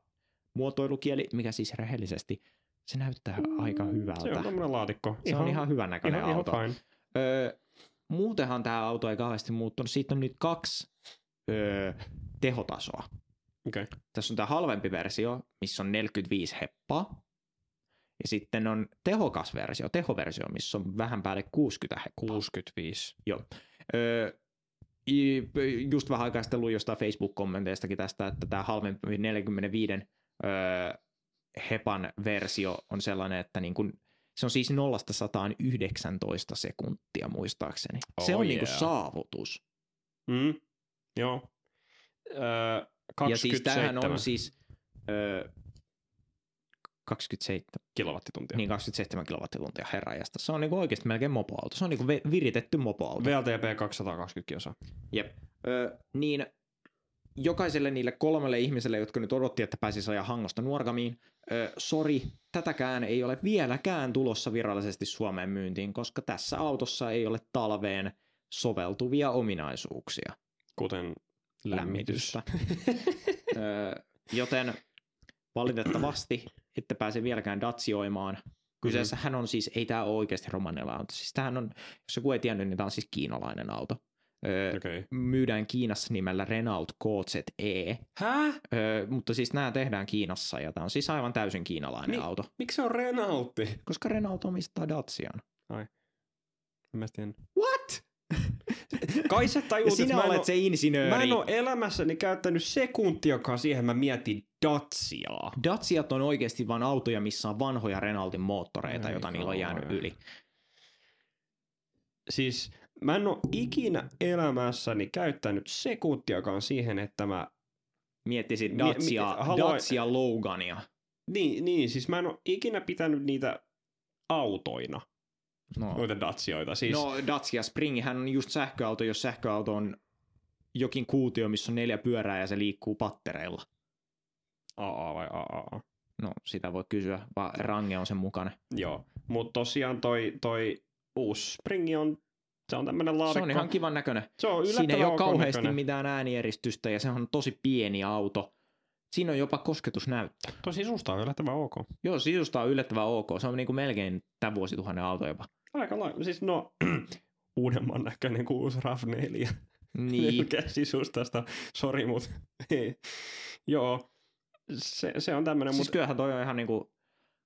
A: muotoilukieli, mikä siis rehellisesti, se näyttää aika hyvältä.
B: Mm, Se on tämmönen laatikko.
A: se on ihan hyvän näköinen
B: ihan,
A: auto.
B: Ihan fine.
A: Öö, muutenhan tämä auto ei kauheasti muuttunut. Siitä on nyt kaksi öö, tehotasoa.
B: Okei.
A: Tässä on tämä halvempi versio, missä on 45 heppaa. Ja sitten on tehokas versio, tehoversio, missä on vähän päälle 60 heppaa.
B: 65.
A: Öö, i- p- just vähän aikaa sitten luin jostain Facebook-kommenteistakin tästä, että tämä halvempi 45 öö, hepan versio on sellainen, että niin kun, se on siis 0 119 sekuntia muistaakseni. Oh, se
B: Oh
A: on yeah. niin
B: yeah.
A: saavutus.
B: Mm. Joo. Öö, 27
A: Ja siis tämähän on siis öö, 27,
B: kilowattituntia.
A: niin 27 kilowattituntia herranjasta. Se on niin oikeasti melkein mopoauto. Se on niin viritetty mopoauto.
B: VLTP 220 kilsaa.
A: Jep. Ö, niin jokaiselle niille kolmelle ihmiselle, jotka nyt odotti, että pääsisi ajaa Hangosta Nuorgamiin, ö, sori, tätäkään ei ole vieläkään tulossa virallisesti Suomeen myyntiin, koska tässä autossa ei ole talveen soveltuvia ominaisuuksia.
B: Kuten lämmitys.
A: [LAUGHS] Ö, joten valitettavasti ette pääse vieläkään datsioimaan.
B: Mm-hmm.
A: Kyseessähän on siis, ei tämä ole oikeasti romanialainen auto. Siis tämähän on, jos joku ei tiennyt, niin tämä on siis kiinalainen auto. Ö,
B: Okei. Okay.
A: myydään Kiinassa nimellä Renault KZE,
B: Hä?
A: öö, mutta siis nämä tehdään Kiinassa ja tämä on siis aivan täysin kiinalainen
B: Niin.
A: auto,
B: Miksi se on Renaultti?
A: koska Renault omistaa Datsian.
B: Mä en
A: What? [LAUGHS]
B: Kai sä
A: Ja
B: tajuut, että
A: sinä
B: mä en
A: olet
B: oo-
A: se insinööri.
B: Mä en ole elämässäni käyttänyt sekuntiakaan siihen, mä mietin Datsiaa.
A: Datsiat on oikeasti vain autoja, missä on vanhoja Renaultin moottoreita,
B: Ei
A: joita niillä on jäänyt
B: kauhean.
A: yli.
B: Siis mä en ole ikinä elämässäni käyttänyt sekuntiakaan siihen, että mä...
A: Miettisin
B: Mi- mi-
A: Datsia,
B: haluan-
A: Datsia Logania.
B: Niin, niin, siis mä en ole ikinä pitänyt niitä autoina,
A: No.
B: noita Datsioita. Siis,
A: no Datsia Springihän on just sähköauto, jos sähköauto on jokin kuutio, missä on neljä pyörää ja se liikkuu pattereilla.
B: AA vai AAA.
A: No sitä voi kysyä, vaan range on sen mukana.
B: Joo, mutta tosiaan toi, toi uusi springi on, se on tämmönen
A: Se
B: laadikko.
A: on ihan kivan näköinen.
B: se on
A: Siinä ei
B: yllättävän
A: ole
B: ok
A: kauheasti
B: näköinen.
A: mitään äänieristystä ja se on tosi pieni auto. Siinä on jopa kosketusnäyttö. siis
B: Toi sisusta on yllättävän ok. [LAUGHS]
A: Joo, sisusta on yllättävän ok. Se on niin kuin melkein tämän niinku vuosituhannen auto jopa.
B: Aika lailla. Siis no, [CLEARS THROAT] uudemman näköinen kuin uusi RAV 4.
A: Niin.
B: Niin. sisustasta. Sori, mut ei. Joo. Se, se on tämmönen,
A: Siis
B: No, mut
A: kyllähän toi on ihan niinku,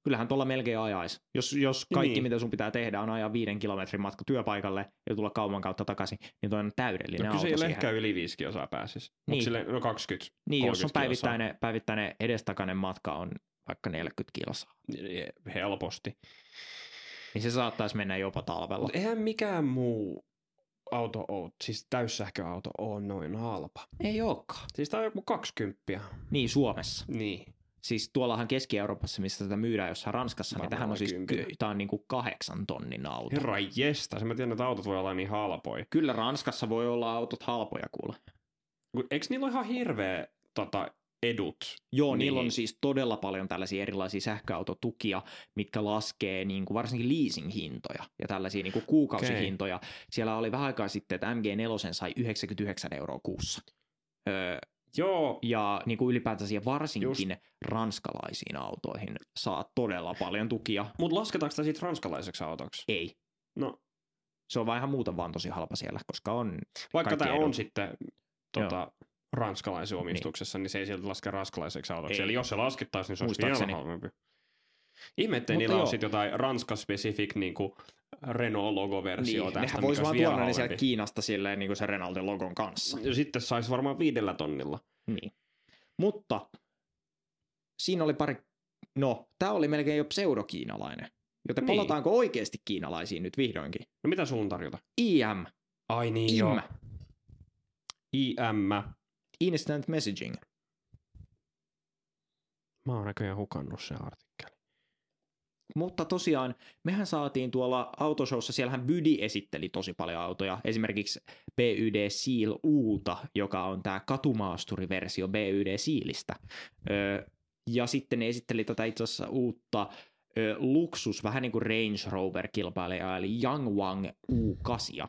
A: kyllähän tuolla melkein ajaisi. Jos, jos kaikki
B: Niin.
A: niin. mitä sun pitää tehdä on ajaa viiden kilometrin matka työpaikalle ja tulla kauman kautta takaisin, niin toi on täydellinen
B: no,
A: auto
B: kyllä se ei
A: siihen.
B: ehkä yli 5 osaa pääsis. Mut
A: Niin.
B: sille, no 20.
A: Niin, jos on
B: 30 kilsaa.
A: päivittäinen, päivittäinen edestakainen matka on vaikka 40 kilsaa,
B: Helposti.
A: niin se saattaisi mennä jopa talvella.
B: Mutta eihän mikään muu auto ole, siis täyssähköauto on noin halpa.
A: Ei olekaan.
B: Siis tää on joku 20.
A: Niin, Suomessa.
B: Niin.
A: Siis tuollahan Keski-Euroopassa, missä tätä myydään jossain Ranskassa,
B: Varmaan
A: niin tähän on siis
B: kympillä.
A: ky- tää on niinku kahdeksan tonnin auto.
B: Herra jesta, mä tiedän, että autot voi olla niin halpoja.
A: Kyllä Ranskassa voi olla autot halpoja kuule.
B: Ku- Eiks niillä ole ihan hirveä tota, edut?
A: Joo,
B: Niin.
A: niin. niillä on siis todella paljon tällaisia erilaisia sähköautotukia, mitkä laskee niin kuin varsinkin leasing-hintoja ja tällaisia niin kuin kuukausihintoja. Okay. Siellä oli vähän aikaa sitten, että MG4 sai 99 euroa kuussa. Öö,
B: Joo,
A: ja niin kuin ylipäätänsä ja varsinkin Just. ranskalaisiin autoihin saa todella paljon tukia.
B: mutta lasketaanko tämä siitä ranskalaiseksi autoksi?
A: Ei.
B: No.
A: Se on vaan ihan muuta vaan tosi halpa siellä, koska on...
B: Vaikka
A: Kaikki
B: tämä
A: edut.
B: on sitten tota, ranskalaisen omistuksessa, niin. se ei silti laske ranskalaiseksi autoksi.
A: Ei.
B: Eli jos se laskettaisiin, niin se olisi vielä
A: Muistaakseni.
B: halvempi. Ihme, ettei
A: Mutta
B: niillä on
A: joo.
B: sitten jotain ranska-specific niin Renault-logoversio
A: Niin,
B: tästä,
A: nehän voisi vaan tuoda ne sieltä
B: halvempi.
A: Kiinasta silleen niin kuin se Renaultin logon kanssa.
B: Ja sitten saisi varmaan viidellä tonnilla.
A: Niin. Mutta siinä oli pari, no tämä oli melkein jo pseudokiinalainen, joten
B: Niin.
A: niin. palataanko oikeasti kiinalaisiin nyt vihdoinkin?
B: No mitä sulla on tarjota?
A: IM,
B: Ai niin
A: IM,
B: joo. IM.
A: Instant Messaging.
B: Mä oon näköjään hukannut sen artikkeli.
A: Mutta tosiaan, mehän saatiin tuolla autoshowssa, siellähän Bydi esitteli tosi paljon autoja, esimerkiksi BYD Seal Uuta, joka on tämä katumaasturiversio BYD Sealistä. Öö, ja sitten ne esitteli tätä itse asiassa uutta ö, luksus, vähän niin kuin Range Rover-kilpailijaa, eli Yangwang U8.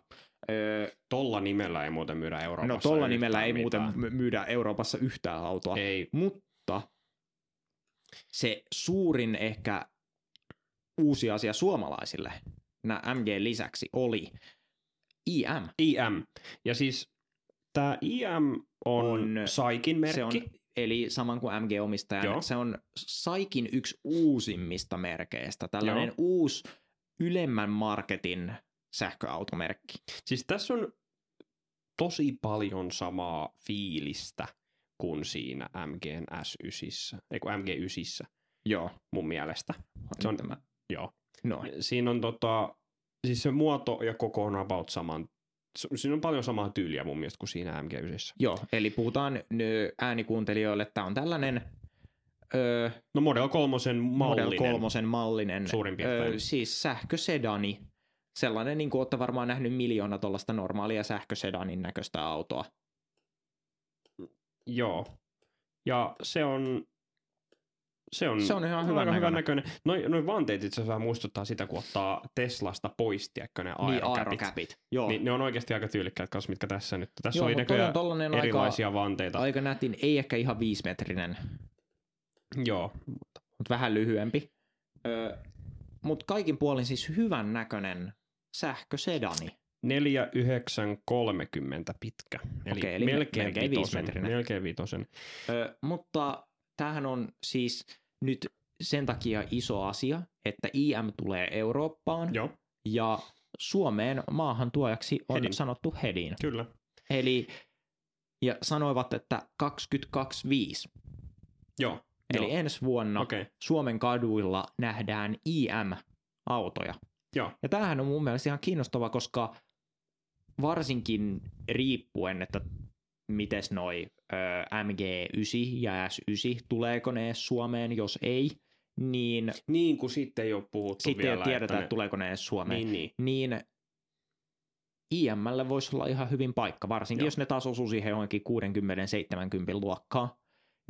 A: Öö,
B: Tolla nimellä ei muuten myydä Euroopassa
A: no tuolla
B: yhtään
A: nimellä ei muuten
B: mitään.
A: my- myydä Euroopassa yhtään autoa.
B: Ei.
A: Mutta se suurin ehkä uusi asia suomalaisille nä MG lisäksi oli IM.
B: IM. Ja siis tämä IM on, on
A: On-
B: Saikin merkki.
A: Se on, eli saman kuin
B: Joo.
A: MG-omistaja, se on Saikin yksi uusimmista merkeistä. Tällainen
B: Joo.
A: Joo. uusi ylemmän marketin sähköautomerkki.
B: Siis tässä on tosi paljon samaa fiilistä kuin siinä MGn S9, ei kun MG9
A: Joo.
B: mun mielestä. Se on-
A: tämä.
B: Joo.
A: Noin.
B: Siinä on tota, siis se muoto ja koko on about saman, s- siinä on paljon samaa tyyliä mun mielestä kuin siinä MG9.
A: Joo, eli puhutaan ö, äänikuuntelijoille, että tämä on tällainen ö,
B: No Model 3 mallinen.
A: Model 3 mallinen.
B: Suurin piirtein.
A: siis sähkösedani. Sellainen, niin kuin olette varmaan nähnyt miljoona tuollaista normaalia sähkösedanin näköistä autoa.
B: Joo. Ja se on... Se on,
A: Se on ihan hyvän
B: aika hyvän
A: näköinen.
B: näköinen. Noin, noin vanteet itse asiassa vähän muistuttaa sitä, kun ottaa Teslasta pois, tiedätkö, ne
A: Niin,
B: aerokäpit.
A: aerokäpit. Joo.
B: Niin ne on oikeasti aika tyylikkäät kanssa, mitkä tässä nyt. Tässä
A: Joo,
B: oli
A: mutta toi
B: näköjään
A: on tollanen aika,
B: erilaisia vanteita.
A: aika nätin, ei ehkä ihan viisimetrinen,
B: Joo.
A: mutta vähän lyhyempi. Öö, mutta kaikin puolin siis hyvän näköinen sähkösedani.
B: 4930 pitkä. Eli,
A: Okei, eli me-
B: melkein,
A: melkein
B: vitosen,
A: viisimetrinen.
B: melkein viitosen.
A: Ö, Öö, mutta tämähän on siis nyt sen takia iso asia, että IM tulee Eurooppaan
B: Joo,
A: ja Suomeen maahan tuojaksi on
B: Hedin.
A: sanottu Hedin.
B: kyllä.
A: Eli ja sanoivat, että 2025,
B: Joo.
A: eli
B: Joo.
A: ensi vuonna okay.
B: Okei. Okay.
A: Suomen kaduilla nähdään IM-autoja.
B: Joo.
A: Ja tämähän on mun mielestä ihan kiinnostava, koska varsinkin riippuen, että mites noi ö, MG9 ja S9, tuleeko ne edes Suomeen, jos ei, niin
B: Niin kuin sitten ei ole puhuttu
A: sitten
B: vielä.
A: ei tiedetä,
B: ne-
A: että tuleeko ne edes Suomeen.
B: Niin, niin.
A: niin IMlle voisi olla ihan hyvin paikka, varsinkin
B: Joo.
A: Joo. jos ne taas osuu siihen johonkin 60-70 luokkaan,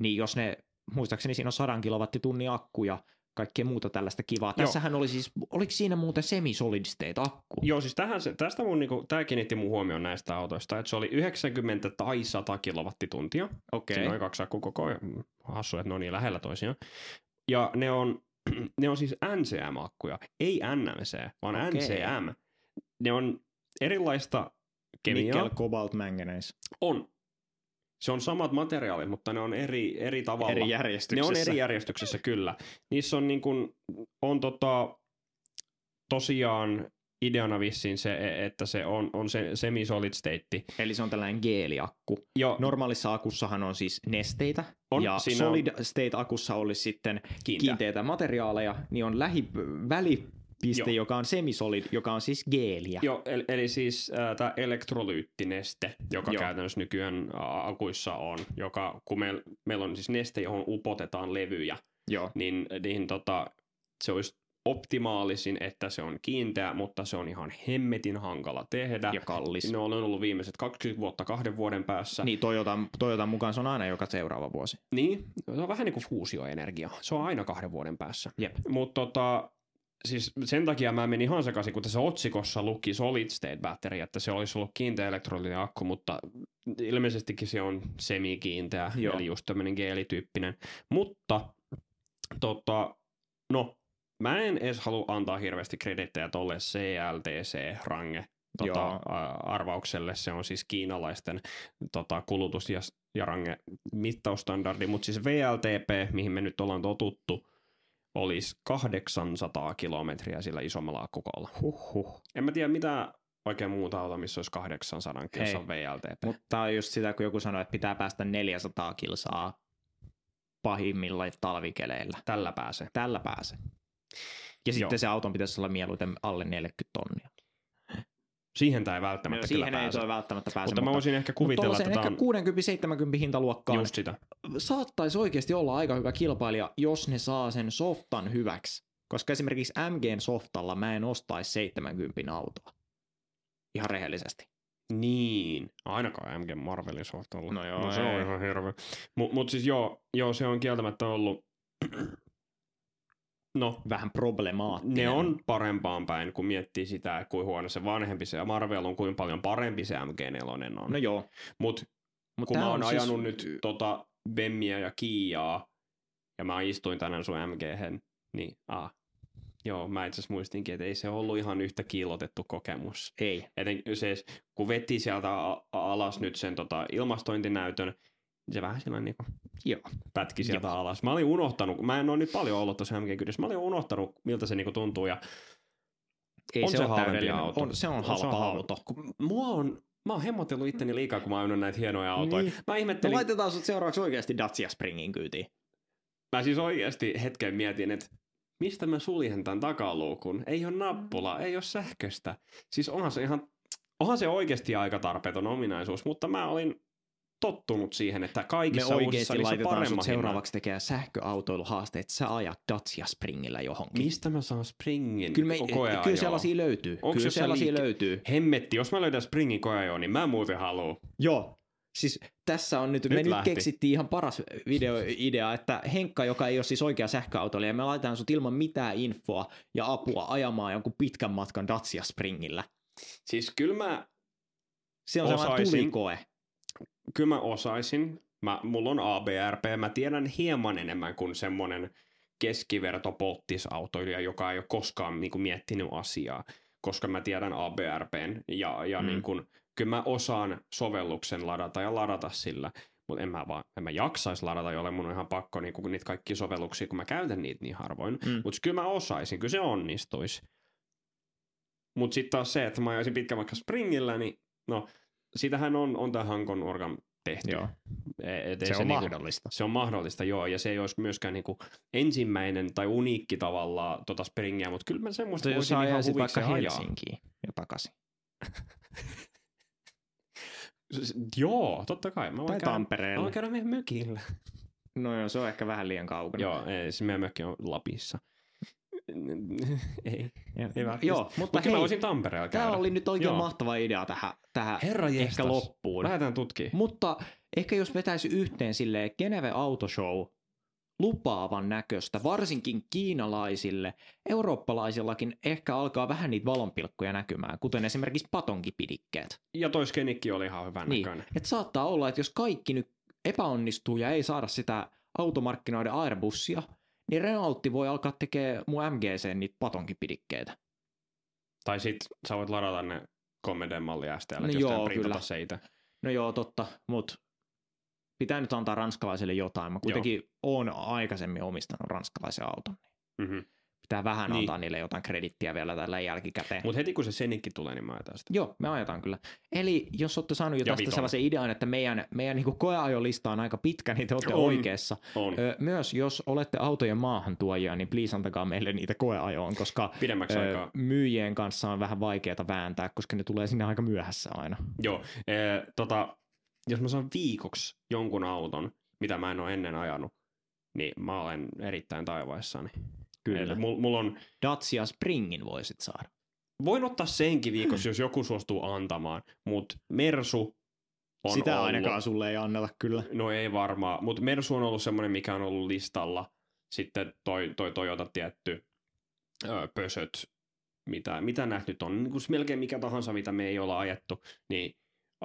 A: niin jos ne, muistaakseni siinä on 100 kilowattitunnin akku ja kaikkea muuta tällaista kivaa.
B: Joo.
A: Tässähän oli siis, oliko siinä muuten semi-solid state akku?
B: Joo, siis tähän, se- tästä mun, niinku, tää kiinnitti mun huomioon näistä autoista, että se oli 90 tai 100 kilowattituntia.
A: Okei.
B: Mm, Siinä oli kaksi akkukoko, hassu, että ne on [CLEARS THROAT] niin lähellä toisiaan. Ja ne on ne on siis NCM-akkuja, ei NMC, vaan okay.
A: Okei. Niin
B: NCM. Ne on erilaista kemiaa.
A: Nickel, Cobalt, Manganese.
B: On. Se on samat materiaalit, mutta ne on eri, eri tavalla.
A: Eri
B: ne
A: järjestyksessä.
B: on eri järjestyksessä, kyllä. Niissä on, niin kuin, on tota, tosiaan ideana vissiin se, e-, että se on, on se semi-solid state.
A: Eli se on tällainen geeliakku.
B: Joo,
A: Normaalissa akussahan on siis nesteitä,
B: On,
A: ja
B: siinä on-
A: solid state akussa olisi sitten kiinteitä materiaaleja, niin on lähi, välipiste,
B: Joo.
A: joka on semisolid, joka on siis geeliä.
B: Joo, eli, eli siis äh, tämä elektrolyyttineste, joka Joo.
A: Joo.
B: käytännössä nykyään ä, akuissa on, joka kun meillä meil on siis neste, johon upotetaan levyjä,
A: Joo.
B: niin, niin tota, se olisi optimaalisin, että se on kiinteä, mutta se on ihan hemmetin hankala tehdä.
A: Ja kallis.
B: Ne on ollut viimeiset 20 vuotta kahden vuoden päässä.
A: Niin Toyotan, Toyotan mukaan se on aina joka seuraava vuosi.
B: Niin, se on vähän niin kuin fuusioenergia. Se on aina kahden vuoden päässä.
A: Jep.
B: Mutta tota, siis sen takia mä menin ihan sekaisin, kun tässä otsikossa luki solid state battery, että se olisi ollut kiinteä elektrolytinen akku, mutta ilmeisestikin se on semikiinteä,
A: Joo.
B: eli just tämmöinen geelityyppinen. Mutta tota, no, mä en edes halua antaa hirveästi kredittejä tolle CLTC-range tota,
A: Joo.
B: ä, arvaukselle. Se on siis kiinalaisten tota, kulutus- ja, ja range mittaustandardi, mutta siis VLTP, mihin me nyt ollaan totuttu, olisi 800 kilometriä sillä isommalla akkukoolla.
A: Huhhuh.
B: En mä tiedä mitä oikein muuta auta, missä olisi 800 kilsan VLTP.
A: Mutta tää on just sitä, kun joku sanoo, että pitää päästä 400 kilsaa pahimmilla talvikeleillä.
B: Tällä pääsee.
A: Tällä pääse. Ja
B: Joo.
A: sitten se auton pitäisi olla mieluiten alle 40 tonnia.
B: Siihen tämä ei välttämättä kyllä
A: no, siihen ei
B: pääse.
A: toi välttämättä pääse.
B: mutta mä voisin ehkä kuvitella, että
A: Tuollaiseen
B: tämä
A: ehkä
B: on
A: 60-70 hintaluokkaan
B: just sitä.
A: saattaisi oikeasti olla aika hyvä kilpailija, jos ne saa sen softan hyväksi. Koska esimerkiksi MGn softalla mä en ostaisi 70 autoa. Ihan rehellisesti.
B: Niin. Ainakaan MG Marvelin softalla.
A: No joo,
B: no se on
A: ei.
B: ihan hirveä. Mutta mut siis joo, joo, se on kieltämättä ollut... [CLEARS THROAT] No,
A: Vähän problemaattinen.
B: ne on parempaan päin, kun miettii sitä, kuin huono se vanhempi se ja Marvel on, kuin paljon parempi se MG4 on.
A: No joo.
B: Mutta
A: Mut
B: kun
A: tää
B: mä oon
A: on
B: siis... ajanut nyt tota Bemmiä ja Kiiaa, ja mä istuin tänään sun mg niin ah, joo, mä itse asiassa muistinkin, että ei se ollut ihan yhtä kiilotettu kokemus.
A: Ei.
B: Eten se, kun veti sieltä a- a- alas nyt sen tota ilmastointinäytön, se vähän sellainen niinku
A: Joo.
B: pätki sieltä Joo. alas. Mä olin unohtanut, mä en ole nyt paljon ollut tuossa mg mä olin unohtanut, miltä se niinku tuntuu, ja
A: Ei
B: On
A: se,
B: se
A: ole
B: halvempi
A: täydellinen.
B: auto.
A: On, se on halpa
B: halpa.
A: auto.
B: kun mua on, mä oon hemmotellut itteni liikaa, kun mä oon ajanut näitä hienoja autoja.
A: Niin.
B: Mä
A: No
B: ihmettelin,
A: laitetaan sut seuraavaksi oikeasti Dacia Springin kyytiin.
B: Mä siis oikeasti hetken mietin, että mistä mä suljen tämän takaluukun? Ei ole nappula, ei ole sähköstä. Siis onhan se ihan, onhan se oikeasti aika tarpeeton ominaisuus, mutta mä olin tottunut siihen, että
A: Me
B: kaikissa uusissa
A: oikeasti
B: oli se
A: laitetaan
B: paremman
A: sut
B: hinnan.
A: seuraavaksi tekemään sähköautoiluhaasteet, että sä ajat Dacia Springillä johonkin.
B: Mistä mä saan springin
A: Kyllä, me,
B: koeajoon?
A: kyllä sellaisia löytyy.
B: Onks
A: kyllä
B: jossain
A: sellaisia
B: liike-
A: löytyy.
B: Hemmetti, jos mä löydän springin koeajoon, niin mä muuten haluu.
A: Joo. Siis tässä on nyt, nyt me nyt
B: lähti.
A: keksittiin ihan paras videoidea, että Henkka, joka ei ole siis oikea sähköautoilija, me laitetaan sut ilman mitään infoa ja apua ajamaan jonkun pitkän matkan Dacia Springillä.
B: Siis kyllä mä,
A: Se on sellainen
B: Osaisin.
A: tulikoe.
B: kyllä mä osaisin. Mä, mulla on ABRP, mä tiedän hieman enemmän kuin semmonen keskiverto polttisautoilija, joka ei ole koskaan niin kuin, miettinyt asiaa, koska mä tiedän ABRPn ja, ja mm.
A: Mm.
B: niin kuin, kyllä mä osaan sovelluksen ladata ja ladata sillä, mutta en mä vaan, en mä jaksaisi ladata, jolle mun on ihan pakko niin kuin, niitä kaikkia sovelluksia, kun mä käytän niitä niin harvoin.
A: Mm.
B: Mutta kyllä mä osaisin, kyllä se onnistuisi. Mutta sitten taas se, että mä ajaisin pitkän vaikka springillä, niin no, sitähän on, on tämä Hankon organ tehty.
A: Joo.
B: E- et ei
A: Se, on
B: niinku-
A: mahdollista.
B: se on mahdollista, joo, ja se ei olisi myöskään niinku ensimmäinen tai uniikki tavallaan tota springiä, mutta kyllä mä semmoista
A: Jos
B: voisin
A: sä
B: ihan
A: ajaisit
B: huviksi
A: vaikka
B: ajaa.
A: Helsinkiin ja takaisin.
B: S- Joo, totta kai. Mä voin
A: Tai
B: käydä, mä
A: Tampereella.
B: voin käydä meidän mökillä.
A: No joo, se on ehkä vähän liian kaukana.
B: Joo, ei, se meidän mökki on
A: [LAUGHS]
B: Lapissa. ei.
A: Ja-
B: Ei välttämättä.
A: joo mutta
B: Mutta kyllä mä
A: hei,
B: voisin Tampereella käydä.
A: Tämä oli nyt oikein
B: Joo.
A: Joo. mahtava idea tähän, tähän
B: Herra
A: ehkä
B: jestas.
A: loppuun.
B: Lähdetään tutkimaan.
A: Mutta ehkä jos vetäisi yhteen silleen Geneve Auto Show lupaavan näköistä, varsinkin kiinalaisille, eurooppalaisillakin ehkä alkaa vähän niitä valonpilkkuja näkymään, kuten esimerkiksi patonkipidikkeet.
B: Ja toi skenikki oli ihan hyvän niin.
A: Niin.
B: näköinen.
A: Et saattaa olla, että jos kaikki nyt epäonnistuu ja ei saada sitä automarkkinoiden Airbusia, niin Renaultti voi alkaa tekemään mun MGC niitä patonkipidikkeitä.
B: Tai sit sä voit ladata ne komedeen malli STL,
A: No
B: jos
A: joo,
B: joo, printata
A: kyllä.
B: se itse.
A: No joo, totta, mutta pitää nyt antaa ranskalaisille jotain. Mä kuitenkin oon aikaisemmin omistanut ranskalaisen auton.
B: Mm-hmm.
A: Pitää vähän
B: Niin.
A: niin. antaa niille jotain kredittiä vielä tällä jälkikäteen.
B: Mutta heti kun se senikki tulee, niin mä ajetaan sitä.
A: Joo, me ajetaan kyllä. Eli jos olette saanut jo
B: Ja
A: tästä
B: vitonen.
A: sellaisen idean, että meidän, meidän niin koeajolista on aika pitkä, niin te olette
B: On.
A: on. oikeassa.
B: On.
A: Ö, myös jos olette autojen maahantuojia, niin please antakaa meille niitä koeajoon, koska
B: Pidemmäksi
A: ö,
B: aikaa.
A: myyjien kanssa on vähän vaikeaa vääntää, koska ne tulee sinne aika myöhässä aina.
B: Joo. Ee, tota, jos mä saan viikoksi jonkun auton, mitä mä en ole ennen ajanut, niin mä olen erittäin taivaissani. Eli mul, mul on,
A: Dacia Springin voisit saada.
B: voin ottaa senkin viikossa, jos joku suostuu antamaan, mutta Mersu on
A: Sitä
B: ollut,
A: ainakaan sulle ei anneta kyllä.
B: No ei varmaan, mutta Mersu on ollut semmoinen, mikä on ollut listalla. Sitten toi, toi Toyota tietty öö, pösöt, mitä, mitä nähty nyt on. Niin kuin melkein mikä tahansa, mitä me ei olla ajettu, niin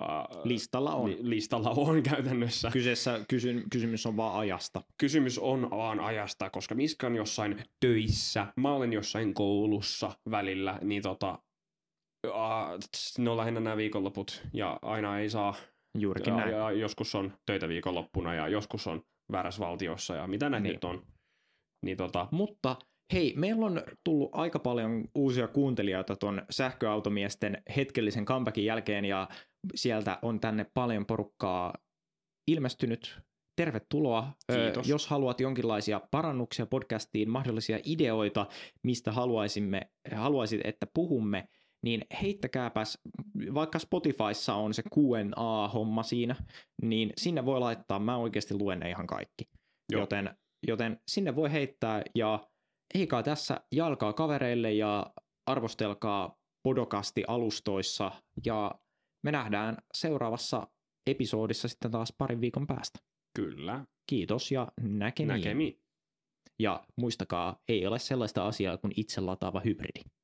B: öö,
A: Listalla on.
B: li- listalla on [LAUGHS] käytännössä.
A: Kyseessä kysyn, kysymys on vaan ajasta.
B: kysymys on vaan ajasta, koska Miska on jossain töissä, mä olen jossain koulussa välillä, niin tota, aa, tss, ne on lähinnä nämä viikonloput ja aina ei saa,
A: Juurikin
B: ja,
A: näin.
B: ja joskus on töitä viikonloppuna ja joskus on väärässä valtiossa ja mitä näitä niin.
A: Niin.
B: nyt on. Niin tota,
A: Mutta hei, meillä on tullut aika paljon uusia kuuntelijoita ton sähköautomiesten hetkellisen comebackin jälkeen ja sieltä on tänne paljon porukkaa ilmestynyt. Tervetuloa.
B: Kiitos.
A: jos haluat jonkinlaisia parannuksia podcastiin, mahdollisia ideoita, mistä haluaisimme, haluaisit, että puhumme, niin heittäkääpäs, vaikka Spotifyssa on se Q&A-homma siinä, niin sinne voi laittaa, mä oikeasti luen ne ihan kaikki.
B: Joo.
A: Joten, joten sinne voi heittää ja eikä tässä jalkaa kavereille ja arvostelkaa podokasti alustoissa ja me nähdään seuraavassa episodissa sitten taas parin viikon päästä.
B: kyllä,
A: Kiitos ja näkemiin.
B: näkemiin.
A: Ja muistakaa, ei ole sellaista asiaa kuin itselataava hybridi.